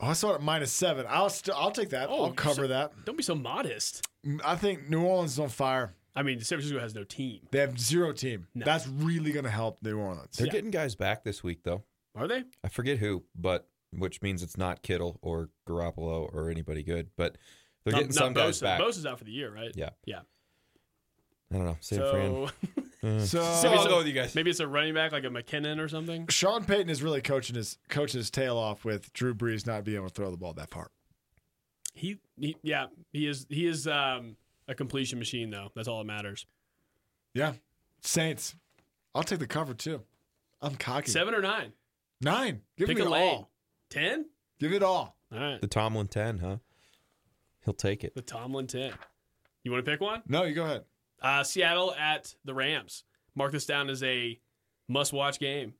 Speaker 2: Oh, I saw it at minus seven. I'll st- I'll take that.
Speaker 4: Oh,
Speaker 2: I'll cover
Speaker 4: so-
Speaker 2: that.
Speaker 4: Don't be so modest.
Speaker 2: Mm, I think New Orleans is on fire.
Speaker 4: I mean, San Francisco has no team.
Speaker 2: They have zero team. That's really going to help New Orleans.
Speaker 3: They're getting guys back this week though.
Speaker 4: Are they?
Speaker 3: I forget who, but which means it's not Kittle or Garoppolo or anybody good. But they're getting some guys
Speaker 4: Bosa.
Speaker 3: back.
Speaker 4: Bosa's out for the year, right?
Speaker 3: Yeah.
Speaker 4: Yeah.
Speaker 3: I don't know. San Fran. Eh.
Speaker 2: So,
Speaker 4: So
Speaker 2: uh,
Speaker 3: Maybe I'll go with you guys.
Speaker 4: maybe it's a running back like a McKinnon or something.
Speaker 2: Sean Payton is really coaching his coaching his tail off with Drew Brees not being able to throw the ball that far.
Speaker 4: He, he yeah, he is he is um, a completion machine though. That's all that matters.
Speaker 2: Yeah. Saints. I'll take the cover too. I'm cocky.
Speaker 4: Seven or nine.
Speaker 2: Nine. Give
Speaker 4: Pick
Speaker 2: me
Speaker 4: a
Speaker 2: it
Speaker 4: lane.
Speaker 2: all.
Speaker 4: Ten.
Speaker 2: Give it all.
Speaker 4: All right.
Speaker 3: The Tomlin ten, huh? He'll take it.
Speaker 4: The Tomlin ten. You want to pick one?
Speaker 2: No, you go ahead.
Speaker 4: Uh, Seattle at the Rams. Mark this down as a must-watch game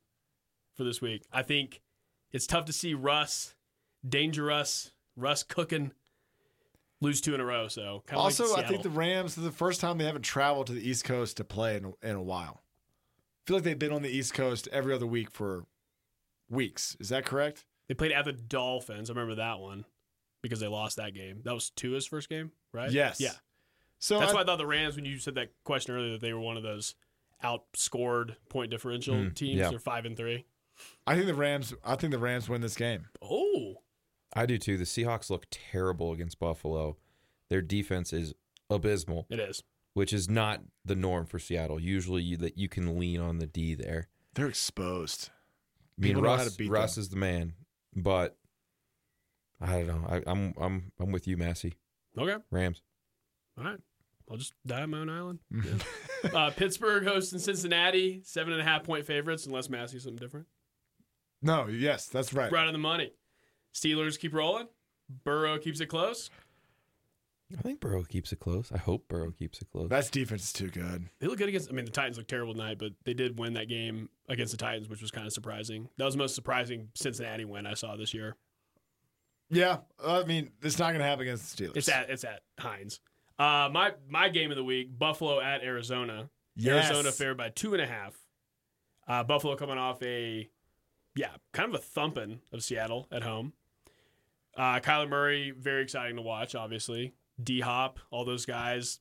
Speaker 4: for this week. I think it's tough to see Russ, dangerous Russ cooking, lose two in a row. So kind of
Speaker 2: also,
Speaker 4: like
Speaker 2: I think the
Speaker 4: Seattle.
Speaker 2: Rams this is the first time they haven't traveled to the East Coast to play in, in a while. I feel like they've been on the East Coast every other week for weeks. Is that correct?
Speaker 4: they played at the Dolphins. I remember that one because they lost that game. That was Tua's first game, right?
Speaker 2: Yes.
Speaker 4: Yeah.
Speaker 2: So
Speaker 4: That's
Speaker 2: I-
Speaker 4: why I thought the Rams, when you said that question earlier, that they were one of those outscored point differential
Speaker 2: Hmm.
Speaker 4: teams.
Speaker 3: yeah.
Speaker 4: They're five and three.
Speaker 2: I think the Rams. I think the Rams win this game.
Speaker 4: Oh,
Speaker 3: I do too. The Seahawks look terrible against Buffalo. Their defense is abysmal,
Speaker 4: it is.
Speaker 3: which is not the norm for Seattle. Usually, you, that you can lean on the D there.
Speaker 2: They're exposed.
Speaker 3: I mean,
Speaker 2: People know how
Speaker 3: Russ,
Speaker 2: to beat
Speaker 3: Russ
Speaker 2: them.
Speaker 3: is the man, but I don't know. I, I'm I'm I'm with you, Massey.
Speaker 4: Okay.
Speaker 3: Rams.
Speaker 4: All right. I'll just die on my own island. Yeah. uh, Pittsburgh hosting Cincinnati, seven and a half point favorites, unless Massey's something different.
Speaker 2: No. Yes, that's right.
Speaker 4: Right on the money. Steelers keep rolling. Burrow keeps it close.
Speaker 3: I think Burrow keeps it close. I hope Burrow keeps it close.
Speaker 2: That's defense is too good.
Speaker 4: They look good against. I mean, the Titans look terrible tonight, but they did win that game against the Titans, which was kind of surprising. That was the most surprising Cincinnati win I saw this year.
Speaker 2: Yeah, I mean it's not going to happen against the Steelers.
Speaker 4: It's at it's at Heinz. Uh, my my game of the week: Buffalo at Arizona.
Speaker 2: Yes.
Speaker 4: Arizona favored by two and a half. Uh, Buffalo coming off a yeah, kind of a thumping of Seattle at home. Uh, Kyler Murray, very exciting to watch, obviously. D Hop, all those guys,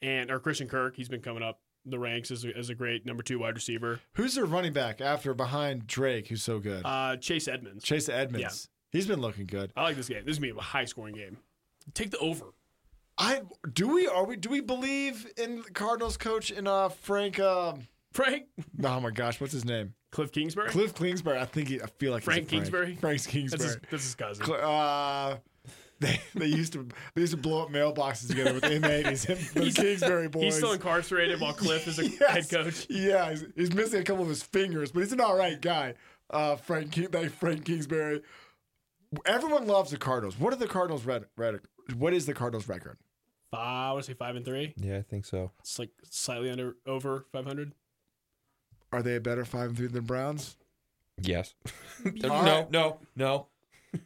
Speaker 4: and or Christian Kirk, he's been coming up the ranks as a, as a great number two wide receiver.
Speaker 2: Who's their running back after behind Drake, who's so good?
Speaker 4: Uh, Chase Edmonds.
Speaker 2: Chase Edmonds. He's been looking good.
Speaker 4: I like this game. This is gonna be a high scoring game. Take the over.
Speaker 2: I do we are we do we believe in the Cardinals coach and uh Frank um
Speaker 4: Frank
Speaker 2: oh my gosh, what's his name?
Speaker 4: Cliff Kingsbury.
Speaker 2: Cliff Kingsbury. I think he, I feel like he's a
Speaker 4: Frank Kingsbury?
Speaker 2: Frank's
Speaker 4: That's his,
Speaker 2: Kingsbury.
Speaker 4: that's his cousin.
Speaker 2: Cl- uh they, they used to they used to blow up mailboxes together with the inmates. Him, the Kingsbury boys.
Speaker 4: He's still incarcerated while Cliff is a head
Speaker 2: Yes.
Speaker 4: coach.
Speaker 2: Yeah, he's, he's missing a couple of his fingers, but he's an all right guy. Uh, Frank, King, that Frank Kingsbury. Everyone loves the Cardinals. What are the Cardinals red, red, What is the Cardinals record?
Speaker 4: Five, I want to say five and three.
Speaker 3: yeah, I think so.
Speaker 4: It's like slightly under over 500.
Speaker 2: Are they a better five and three than Browns?
Speaker 3: Yes. no,
Speaker 2: right.
Speaker 3: no, no.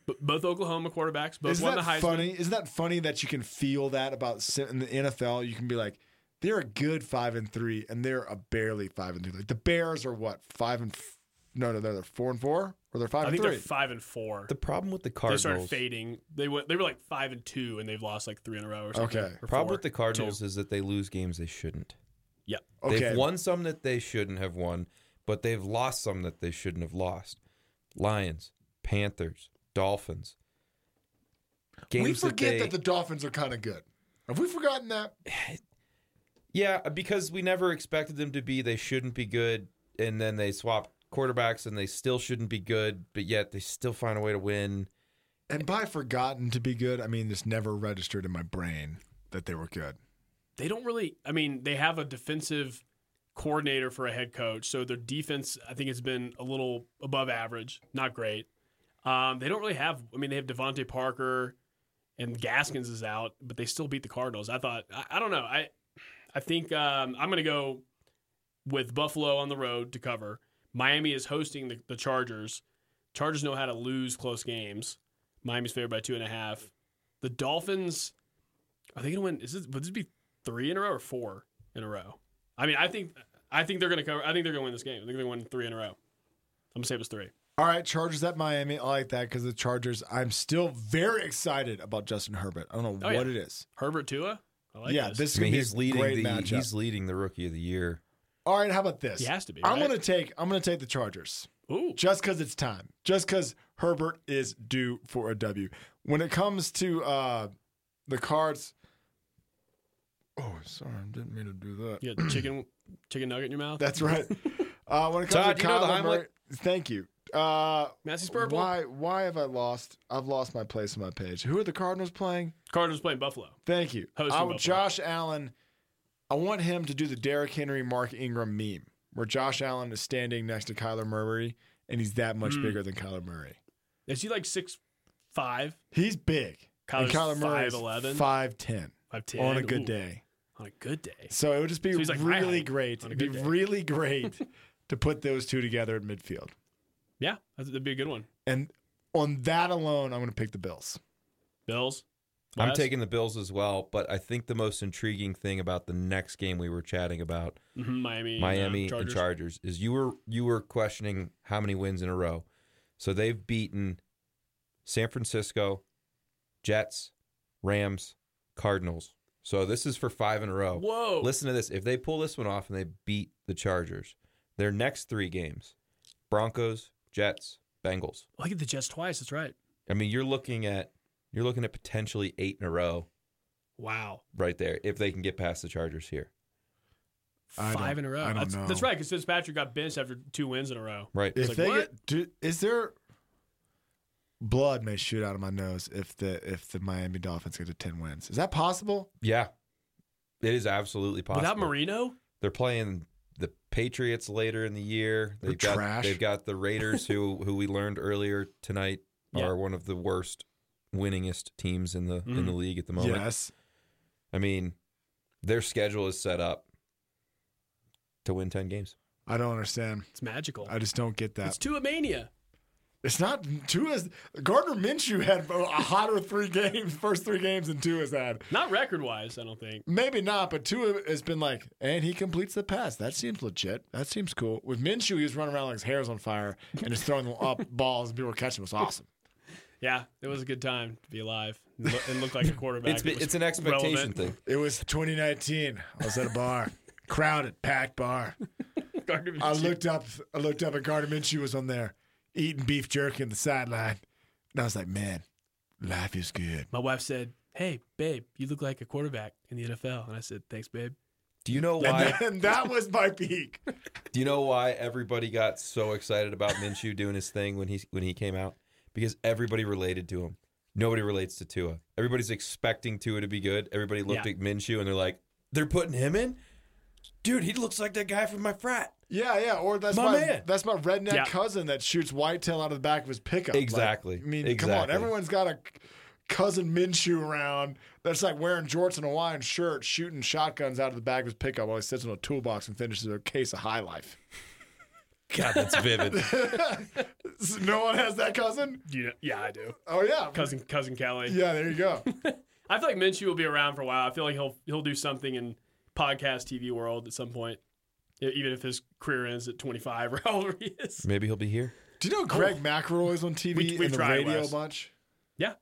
Speaker 4: B- both Oklahoma quarterbacks, both
Speaker 2: Isn't
Speaker 4: won
Speaker 2: that
Speaker 4: the Heisman.
Speaker 2: funny? Isn't that funny that you can feel that about si- in the NFL? You can be like, they're a good five and three, and they're a barely five and three. Like the Bears are what five and f- no, no, they're they're four and four or they're five
Speaker 4: I
Speaker 2: and
Speaker 4: think
Speaker 2: three.
Speaker 4: they're five and four.
Speaker 3: The problem with the
Speaker 4: they
Speaker 3: Cardinals.
Speaker 4: started fading. They went. They were like five and two, and they've lost like three in a row or something.
Speaker 2: Okay.
Speaker 4: Or
Speaker 3: problem
Speaker 4: four,
Speaker 3: with the Cardinals is that they lose games they shouldn't.
Speaker 4: two. Yep.
Speaker 2: okay,
Speaker 3: They've won some that they shouldn't have won, but they've lost some that they shouldn't have lost. Lions, Panthers, Dolphins. Games
Speaker 2: we forget
Speaker 3: they-
Speaker 2: that the Dolphins are kind of good. Have we forgotten that?
Speaker 3: Yeah, because we never expected them to be. They shouldn't be good, and then they swap quarterbacks, and they still shouldn't be good, but yet they still find a way to win.
Speaker 2: And by forgotten to be good, I mean this never registered in my brain that they were good.
Speaker 4: They don't really. I mean, they have a defensive coordinator for a head coach, so their defense, I think, has been a little above average. Not great. Um, they don't really have. I mean, they have Devonte Parker, and Gaskins is out, but they still beat the Cardinals. I thought. I, I don't know. I, I think um, I'm going to go with Buffalo on the road to cover. Miami is hosting the, the Chargers. Chargers know how to lose close games. Miami's favored by two and a half. The Dolphins are they going to win? Is this would this be three in a row or four in a row? I mean, I think I think they're going to cover. I think they're going to win this game. I think they're going to win three in a row. I'm going to say it was three.
Speaker 2: All right, Chargers at Miami. I like that because the Chargers. I'm still very excited about Justin Herbert. I don't know
Speaker 4: Oh,
Speaker 2: what
Speaker 4: yeah.
Speaker 2: it is.
Speaker 4: Herbert Tua. I like
Speaker 2: yeah, this is
Speaker 3: I mean,
Speaker 2: gonna
Speaker 3: he's
Speaker 2: be a great
Speaker 3: leading the
Speaker 2: matchup.
Speaker 3: he's leading the rookie of the year.
Speaker 2: All right, how about this?
Speaker 4: He has to be,
Speaker 2: I'm
Speaker 4: right?
Speaker 2: gonna take I'm gonna take the Chargers.
Speaker 4: Ooh.
Speaker 2: Just because it's time. Just because Herbert is due for a W. When it comes to uh, the cards. Oh, sorry, I didn't mean to do that.
Speaker 4: You got chicken chicken nugget in your mouth.
Speaker 2: That's right. uh, when it comes
Speaker 3: Todd,
Speaker 2: to
Speaker 3: you know the
Speaker 2: Kyler
Speaker 3: Heimlich?
Speaker 2: Murray, thank you. Uh,
Speaker 4: Massey's purple.
Speaker 2: Why? Why have I lost? I've lost my place on my page. Who are the Cardinals playing?
Speaker 4: Cardinals playing Buffalo.
Speaker 2: Thank you.
Speaker 4: Hosting
Speaker 2: I would-
Speaker 4: Buffalo.
Speaker 2: Josh Allen. I want him to do the Derrick Henry, Mark Ingram meme, where Josh Allen is standing next to Kyler Murray, and he's that
Speaker 4: Hmm.
Speaker 2: much bigger than Kyler Murray.
Speaker 4: Is he like six five?
Speaker 2: He's big.
Speaker 4: Kyler's
Speaker 2: and Kyler Murray is
Speaker 4: 5'11"?
Speaker 2: 5'10",
Speaker 4: 5'10"?
Speaker 2: on a good
Speaker 4: Ooh.
Speaker 2: day.
Speaker 4: On a good day.
Speaker 2: So it would just be
Speaker 4: So he's like my
Speaker 2: really
Speaker 4: height
Speaker 2: great.
Speaker 4: on a
Speaker 2: It'd be
Speaker 4: good day.
Speaker 2: really great to put those two together at midfield.
Speaker 4: Yeah, that's- that'd be a good one.
Speaker 2: And on that alone, I'm going to pick the Bills.
Speaker 4: Bills.
Speaker 3: I'm
Speaker 4: Wes?
Speaker 3: taking the Bills as well, but I think the most intriguing thing about the next game we were chatting about
Speaker 4: Mhm, Miami. uh,
Speaker 3: Miami
Speaker 4: Chargers.
Speaker 3: and Chargers is you were you were questioning how many wins in a row. So they've beaten San Francisco, Jets, Rams, Cardinals. So this is for five in a row.
Speaker 4: Whoa.
Speaker 3: Listen to this. If they pull this one off and they beat the Chargers, their next three games, Broncos, Jets, Bengals.
Speaker 4: I get the Jets twice. That's right.
Speaker 3: I mean, you're looking at you're looking at potentially eight in a row
Speaker 4: Wow.
Speaker 3: right there if they can get past the Chargers here.
Speaker 2: I
Speaker 4: Five
Speaker 2: don't-
Speaker 4: in a row.
Speaker 2: I don't
Speaker 4: that's,
Speaker 2: know.
Speaker 4: that's right, because Fitzpatrick got benched after two wins in a row.
Speaker 3: Right.
Speaker 2: If
Speaker 4: like,
Speaker 2: they get,
Speaker 4: what?
Speaker 2: do, is there blood may shoot out of my nose if the if the Miami Dolphins get to ten wins? Is that possible?
Speaker 3: Yeah. It is absolutely possible.
Speaker 4: Without Marino?
Speaker 3: They're playing the Patriots later in the year.
Speaker 2: They're
Speaker 3: They've got
Speaker 2: trash.
Speaker 3: they've got the Raiders who who we learned earlier tonight
Speaker 4: Yeah.
Speaker 3: are one of the worst winningest teams in the in the league at the moment.
Speaker 2: Mm. Yes.
Speaker 3: I mean, their schedule is set up to win 10 games.
Speaker 2: I don't understand.
Speaker 4: It's magical.
Speaker 2: I just don't get that.
Speaker 4: it's
Speaker 2: It's,
Speaker 4: Tua Mania.
Speaker 2: not Tua's. Gardner Minshew had a hotter three games, first three games than Tua's had.
Speaker 4: Not record wise, I don't think.
Speaker 2: Maybe not, but Tua has been like, and he completes the pass. That seems legit. That seems cool. With Minshew, he was running around like his hair's on fire and just throwing up balls and people were catching. It was awesome.
Speaker 4: Yeah, it was a good time to be alive and look, and look like a quarterback.
Speaker 3: It's
Speaker 4: that was
Speaker 3: it's an expectation
Speaker 4: relevant.
Speaker 3: thing.
Speaker 2: It was 2019. I was at a bar, crowded, packed bar.
Speaker 4: Gardner
Speaker 2: I
Speaker 4: Minshew.
Speaker 2: looked up. I looked up, and Gardner Minshew was on there eating beef jerky on the sideline, and I was like, "Man, life is good."
Speaker 4: My wife said, Hey, babe, you look like a quarterback in the NFL. And I said, Thanks, babe.
Speaker 3: Do you know
Speaker 2: And,
Speaker 3: why
Speaker 2: then- that was my peak.
Speaker 3: do you know why everybody got so excited about Minshew doing his thing when he when he came out? Because everybody related to him. Nobody relates to Tua. Everybody's expecting Tua to be good. Everybody looked
Speaker 4: Yeah.
Speaker 3: at Minshew and they're like, "They're putting him in? Dude, he looks like that guy from my frat."
Speaker 2: Yeah, yeah. Or that's my,
Speaker 3: My man.
Speaker 2: that's my redneck
Speaker 4: Yeah.
Speaker 2: cousin that shoots whitetail out of the back of his pickup. Like,
Speaker 3: Exactly.
Speaker 2: I mean, come on,
Speaker 3: Exactly.
Speaker 2: everyone's got a cousin Minshew around that's like wearing jorts and a Hawaiian shirt, shooting shotguns out of the back of his pickup while he sits on a toolbox and finishes a case of High Life.
Speaker 3: God, that's vivid.
Speaker 2: No one has that cousin.
Speaker 4: Yeah, yeah, I do.
Speaker 2: Oh yeah,
Speaker 4: Cousin cousin Kelly.
Speaker 2: Yeah, there you go.
Speaker 4: I feel like Minshew will be around for a while. I feel like he'll he'll do something in podcast TV world at some point, E- even if his career ends at 25 or however he is.
Speaker 3: Maybe he'll be here.
Speaker 2: Do you know Greg McElroy is on TV
Speaker 4: Oh. We- we've
Speaker 2: and the
Speaker 4: tried,
Speaker 2: radio
Speaker 4: Wes.
Speaker 2: much?
Speaker 4: Yeah,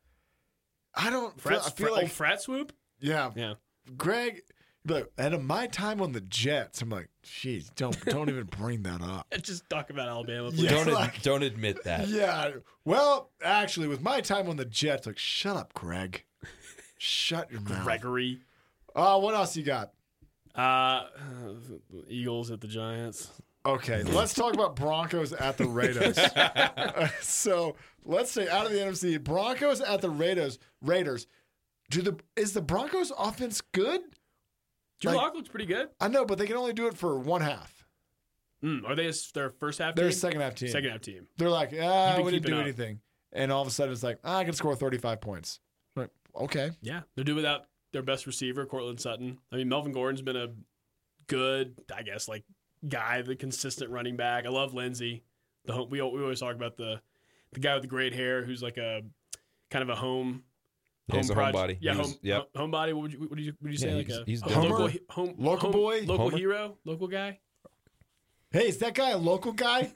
Speaker 2: I don't. Feel,
Speaker 4: frat,
Speaker 2: I feel
Speaker 4: fr-
Speaker 2: like
Speaker 4: old frat swoop.
Speaker 2: yeah,
Speaker 4: Yeah,
Speaker 2: Greg. But at my time on the Jets, I'm like, jeez, don't don't even bring that up.
Speaker 4: just talk about Alabama. Please.
Speaker 2: Yeah,
Speaker 3: Don't ad-
Speaker 2: like-
Speaker 3: don't admit that.
Speaker 2: yeah. Well, actually, with my time on the Jets, like, shut up, Greg. Shut your mouth.
Speaker 4: Gregory,
Speaker 2: Oh, what else you got?
Speaker 4: uh, Eagles at the Giants.
Speaker 2: Okay, let's talk about Broncos at the Raiders. so let's say out of the NFC, Broncos at the Raiders. Raiders, do the is the Broncos offense good?
Speaker 4: Drew
Speaker 2: Like-
Speaker 4: Lock looks pretty good.
Speaker 2: I know, but they can only do it for one half.
Speaker 4: Mm, are they a s their first half?
Speaker 2: They're a
Speaker 4: team?
Speaker 2: second half team.
Speaker 4: Second half team.
Speaker 2: They're like, ah,
Speaker 4: You've been
Speaker 2: we didn't
Speaker 4: keeping
Speaker 2: do
Speaker 4: up.
Speaker 2: anything, and all of a sudden it's like, ah, I can score thirty five points. I'm like, okay,
Speaker 4: Yeah, they're doing without their best receiver, Cortland Sutton. I mean, Melvin Gordon's been a good, I guess, like guy, the consistent running back. I love Lindsey. The home, we al- we always talk about the the guy with the great hair who's like a kind of a home
Speaker 3: Yeah, he's a
Speaker 4: proj-
Speaker 3: homebody.
Speaker 4: Yeah,
Speaker 3: He was-
Speaker 4: home,
Speaker 3: yep.
Speaker 4: home- homebody. What would you what do you, what do you say?
Speaker 3: Yeah,
Speaker 4: like
Speaker 3: he's-
Speaker 4: a,
Speaker 3: he's
Speaker 4: a
Speaker 3: Homer?
Speaker 4: local he- home
Speaker 2: Local
Speaker 4: home-
Speaker 2: boy?
Speaker 4: local
Speaker 3: Homer?
Speaker 4: hero, local guy.
Speaker 2: hey, is that guy a local guy?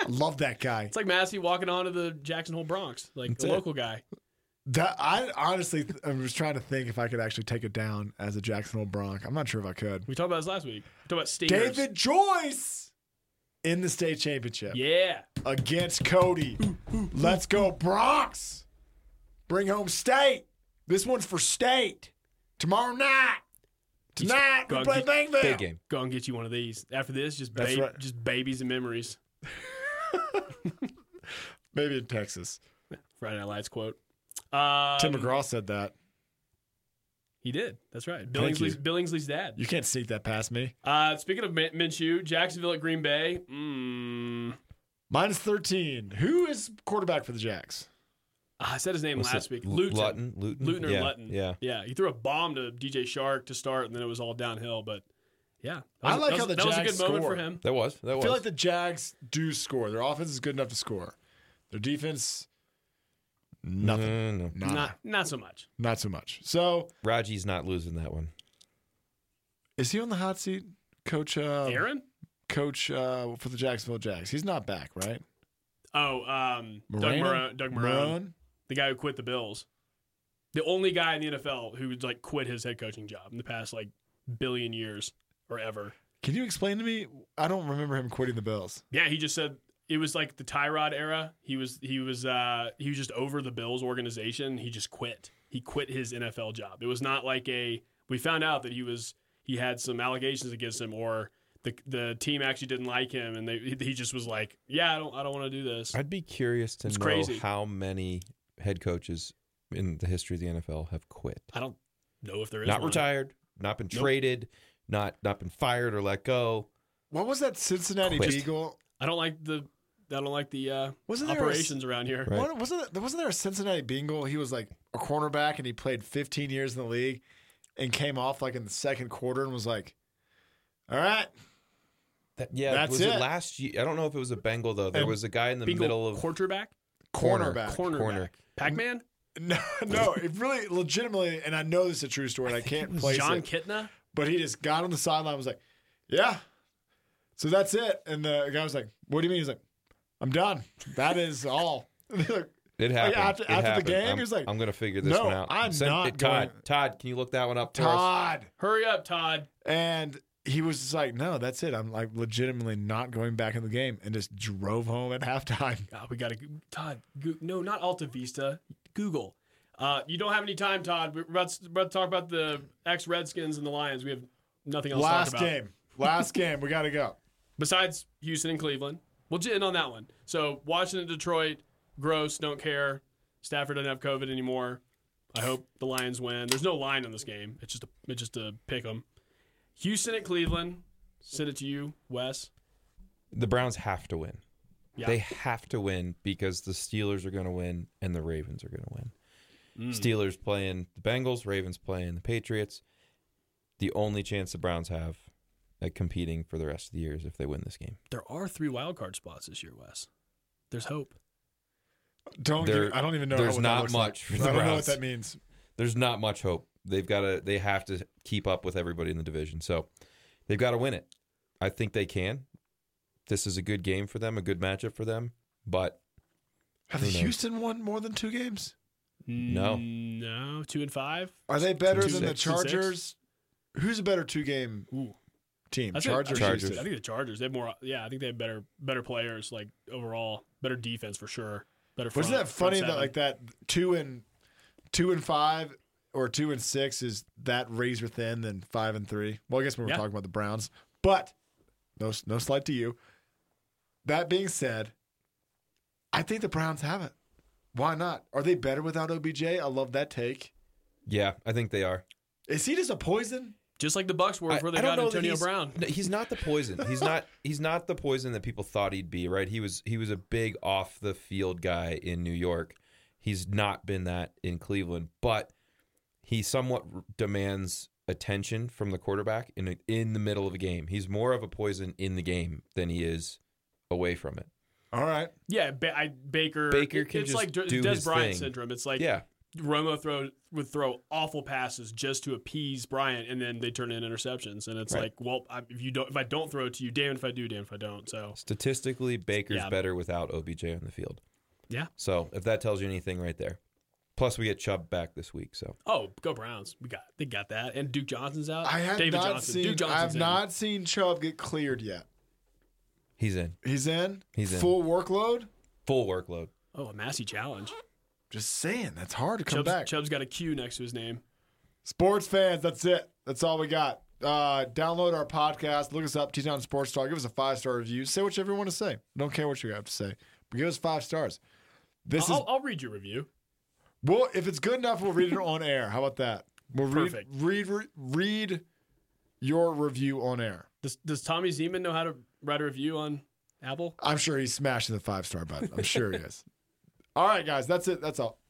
Speaker 2: I love that guy.
Speaker 4: It's like Massey walking onto the Jackson Hole Bronx, like
Speaker 3: That's
Speaker 4: a
Speaker 3: it.
Speaker 4: local guy.
Speaker 2: That I honestly, I was trying to think if I could actually take it down as a Jacksonville Bronc. I'm not sure if I could.
Speaker 4: We talked about this last week. We talked about stingers.
Speaker 2: David Joyce in the state championship
Speaker 4: Yeah.
Speaker 2: against Cody. Let's go Bronx. Bring home state. This one's for state. Tomorrow night. Tonight we
Speaker 4: Bug-
Speaker 2: play Bangville.
Speaker 7: Big game.
Speaker 4: Go and get you one of these. After this, just
Speaker 2: That's
Speaker 4: ba-
Speaker 2: right.
Speaker 4: just babies and memories.
Speaker 2: Maybe in Texas.
Speaker 4: Friday Night Lights quote. Um,
Speaker 2: Tim McGraw said that.
Speaker 4: He did. That's right.
Speaker 2: Thank you.
Speaker 4: Billingsley's, Billingsley's dad.
Speaker 2: You can't sneak that past me.
Speaker 4: Uh, speaking of Min- Minshew, Jacksonville at Green Bay. Mm,
Speaker 2: Minus 13. Who is quarterback for the Jacks?
Speaker 4: Ah, I said his name
Speaker 3: What's
Speaker 4: last
Speaker 3: it?
Speaker 4: week.
Speaker 3: L-
Speaker 4: Luton.
Speaker 3: Lutton? Luton?
Speaker 4: Luton or
Speaker 3: Yeah,
Speaker 4: Lutton.
Speaker 3: yeah.
Speaker 4: Yeah. He threw a bomb to DJ Shark to start, and then it was all downhill. But yeah, That
Speaker 2: I
Speaker 4: was-
Speaker 2: like
Speaker 4: that
Speaker 2: how
Speaker 4: was-
Speaker 2: the
Speaker 4: that was a
Speaker 2: Jags
Speaker 4: good moment for
Speaker 2: scored.
Speaker 4: him.
Speaker 3: That was. That
Speaker 2: I
Speaker 3: was.
Speaker 2: feel like the Jags do score. Their offense is good enough to score. Their defense, nothing.
Speaker 3: no, no, no.
Speaker 2: Nada.
Speaker 4: Not not so much.
Speaker 2: Not so much. So,
Speaker 3: Raji's not losing that one.
Speaker 2: is he on the hot seat? Coach, uh,
Speaker 4: Aaron.
Speaker 2: coach uh, for the Jacksonville Jags. He's not back, right?
Speaker 4: Oh, um, Doug
Speaker 2: Marone?
Speaker 4: Marone, Doug Marone, the guy who quit the Bills, the only guy in the NFL who like quit his head coaching job in the past like billion years or ever.
Speaker 2: Can you explain to me? I don't remember him quitting the Bills.
Speaker 4: Yeah, he just said it was like the Tyrod era. He was he was uh he was just over the Bills organization. He just quit. He quit his NFL job. It was not like a we found out that he was he had some allegations against him or the the team actually didn't like him and they he just was like, "Yeah, I don't I don't want to do this."
Speaker 3: I'd be curious to
Speaker 4: It's
Speaker 3: know
Speaker 4: crazy.
Speaker 3: how many head coaches in the history of the NFL have quit.
Speaker 4: I don't know if there is
Speaker 3: Not
Speaker 4: one.
Speaker 3: retired, not been traded, not not been fired or let go.
Speaker 2: What was that Cincinnati
Speaker 3: Quit.
Speaker 2: Beagle?
Speaker 4: I don't like the I don't like the uh
Speaker 2: Wasn't there a-
Speaker 4: operations around here.
Speaker 3: Right.
Speaker 2: What- wasn't there, wasn't there a Cincinnati Beagle? He was like a cornerback and he played 15 years in the league and came off like in the second quarter and was like, "All right,
Speaker 3: That, yeah,
Speaker 2: That's
Speaker 3: was
Speaker 2: it.
Speaker 3: last year? I don't know if it was a Bengal though. There
Speaker 2: And
Speaker 3: was a guy in the
Speaker 4: Bingo
Speaker 3: middle of
Speaker 4: quarterback,
Speaker 2: cornerback."
Speaker 4: cornerback,
Speaker 3: Corner.
Speaker 4: Pac-Man,
Speaker 2: No, no, it really legitimately, and I know this is a true story. and I, can't place
Speaker 4: John
Speaker 2: it,
Speaker 4: Kitna.
Speaker 2: but he just got on the sideline. and Was like, "Yeah, so that's it." And the guy was like, "What do you mean?" He's like, "I'm done. That is all." And they're like,
Speaker 3: It happened.
Speaker 2: after-
Speaker 3: It
Speaker 2: after the
Speaker 3: happened.
Speaker 2: game,
Speaker 3: I'm,
Speaker 2: he was like,
Speaker 3: "I'm going to figure this
Speaker 2: "No,
Speaker 3: one out."
Speaker 2: I'm not
Speaker 3: Todd,
Speaker 2: going-
Speaker 3: Todd, can you look that one up, for us?
Speaker 2: Todd.
Speaker 4: Hurry up, Todd.
Speaker 2: And he was just like, no, that's it. I'm like legitimately not going back in the game and just drove home at halftime.
Speaker 4: God, we got to Todd. Go, no, not Alta Vista. Google. Uh, you don't have any time, Todd. We're about, to, about to talk about the ex Redskins and the Lions. We have nothing else.
Speaker 2: Last
Speaker 4: to talk about.
Speaker 2: game. Last game. We got to go.
Speaker 4: besides Houston and Cleveland. We'll just end on that one. So Washington, Detroit, gross. Don't care. Stafford doesn't have COVID anymore. I hope the Lions win. There's no line in this game. It's just a it's just a pick 'em. Houston at Cleveland. Send it to you, Wes.
Speaker 3: The Browns have to win.
Speaker 4: Yeah.
Speaker 3: They have to win because the Steelers are going to win and the Ravens are going to win.
Speaker 2: Mm.
Speaker 3: Steelers playing the Bengals, Ravens playing the Patriots. The only chance the Browns have at competing for the rest of the year is if they win this game.
Speaker 4: There are three wild card spots this year, Wes. There's hope.
Speaker 2: Don't.
Speaker 3: There-
Speaker 2: give- I don't even know.
Speaker 3: there's
Speaker 2: what
Speaker 3: not
Speaker 2: that looks like.
Speaker 3: much for
Speaker 2: I
Speaker 3: the
Speaker 2: don't know what
Speaker 3: Browns.
Speaker 2: that means.
Speaker 3: There's not much hope. They've got to. They have to keep up with everybody in the division. So they've got to win it. I think they can. This is a good game for them, a good matchup for them. But
Speaker 2: Have
Speaker 3: Who knows?
Speaker 2: Houston won more than two games?
Speaker 3: No.
Speaker 4: No. Two and five.
Speaker 2: Are they better
Speaker 4: Two,
Speaker 2: than the
Speaker 4: six, two, six.
Speaker 2: Chargers? Who's a better two game
Speaker 4: Ooh.
Speaker 2: team?
Speaker 4: I think-
Speaker 2: Chargers.
Speaker 4: I think,
Speaker 3: Chargers.
Speaker 4: I think the Chargers. They have more. Yeah, I think they have better better players. Like overall, better defense for sure. Better. Front,
Speaker 2: Wasn't that funny
Speaker 4: front
Speaker 2: that
Speaker 4: seven.
Speaker 2: like that two and two and five or two and six is that razor thin than five and three? Well, I guess when we're
Speaker 4: Yeah.
Speaker 2: talking about the Browns, but no no slight to you. That being said, I think the Browns have it. Why not? Are they better without OBJ? I love that take.
Speaker 3: yeah, I think they are.
Speaker 2: Is he just a poison?
Speaker 4: Just like the Bucks were before they
Speaker 3: don't
Speaker 4: got
Speaker 3: know that
Speaker 4: Antonio
Speaker 3: he's-
Speaker 4: Brown.
Speaker 3: no, he's not the poison. He's not. He's not the poison that people thought he'd be. Right? He was. He was a big off the field guy in New York. He's not been that in Cleveland, but he somewhat r- demands attention from the quarterback in a, in the middle of a game. He's more of a poison in the game than he is away from it.
Speaker 2: All right.
Speaker 4: Yeah, ba- I, Baker.
Speaker 3: Baker can
Speaker 4: it's
Speaker 3: just
Speaker 4: like Des
Speaker 3: do his
Speaker 4: Bryant
Speaker 3: thing.
Speaker 4: syndrome. It's like
Speaker 3: Yeah,
Speaker 4: Romo throw would throw awful passes just to appease Bryant, and then they turn in interceptions. And it's
Speaker 3: Right.
Speaker 4: like, well, I, if you don't, if I don't throw it to you, damn if I do, damn if I don't. So
Speaker 3: statistically, Baker's
Speaker 4: Yeah.
Speaker 3: better without OBJ on the field.
Speaker 4: Yeah.
Speaker 3: So if that tells you anything, right there. Plus, we get Chubb back this week, so
Speaker 4: Oh, go Browns. We got they got that. And Duke Johnson's out.
Speaker 2: I have
Speaker 4: David
Speaker 2: not
Speaker 4: Johnson.
Speaker 2: seen.
Speaker 4: Duke Johnson's
Speaker 2: I have
Speaker 4: in.
Speaker 2: not seen Chubb get cleared yet.
Speaker 3: he's in
Speaker 2: He's in.
Speaker 3: He's in.
Speaker 2: full workload.
Speaker 3: full workload.
Speaker 4: Oh, a Massey challenge.
Speaker 2: Just saying, that's hard to come
Speaker 4: Chubb's,
Speaker 2: back.
Speaker 4: Chubb's got a Q next to his name.
Speaker 2: Sports fans, that's it. That's all we got. Uh, download our podcast. Look us up, T Town Sports Talk. Give us a five star review. Say what you ever want to say. Don't care what you have to say, but give us five stars. This
Speaker 4: I'll,
Speaker 2: is
Speaker 4: I'll read your review.
Speaker 2: Well, if it's good enough, we'll read it on air. How about that? We'll read
Speaker 4: Perfect.
Speaker 2: read re- read your review on air.
Speaker 4: Does, does Tommy Zeman know how to write a review on Apple?
Speaker 2: I'm sure he's smashing the five star button. I'm sure he is. All right, guys, that's it. That's all.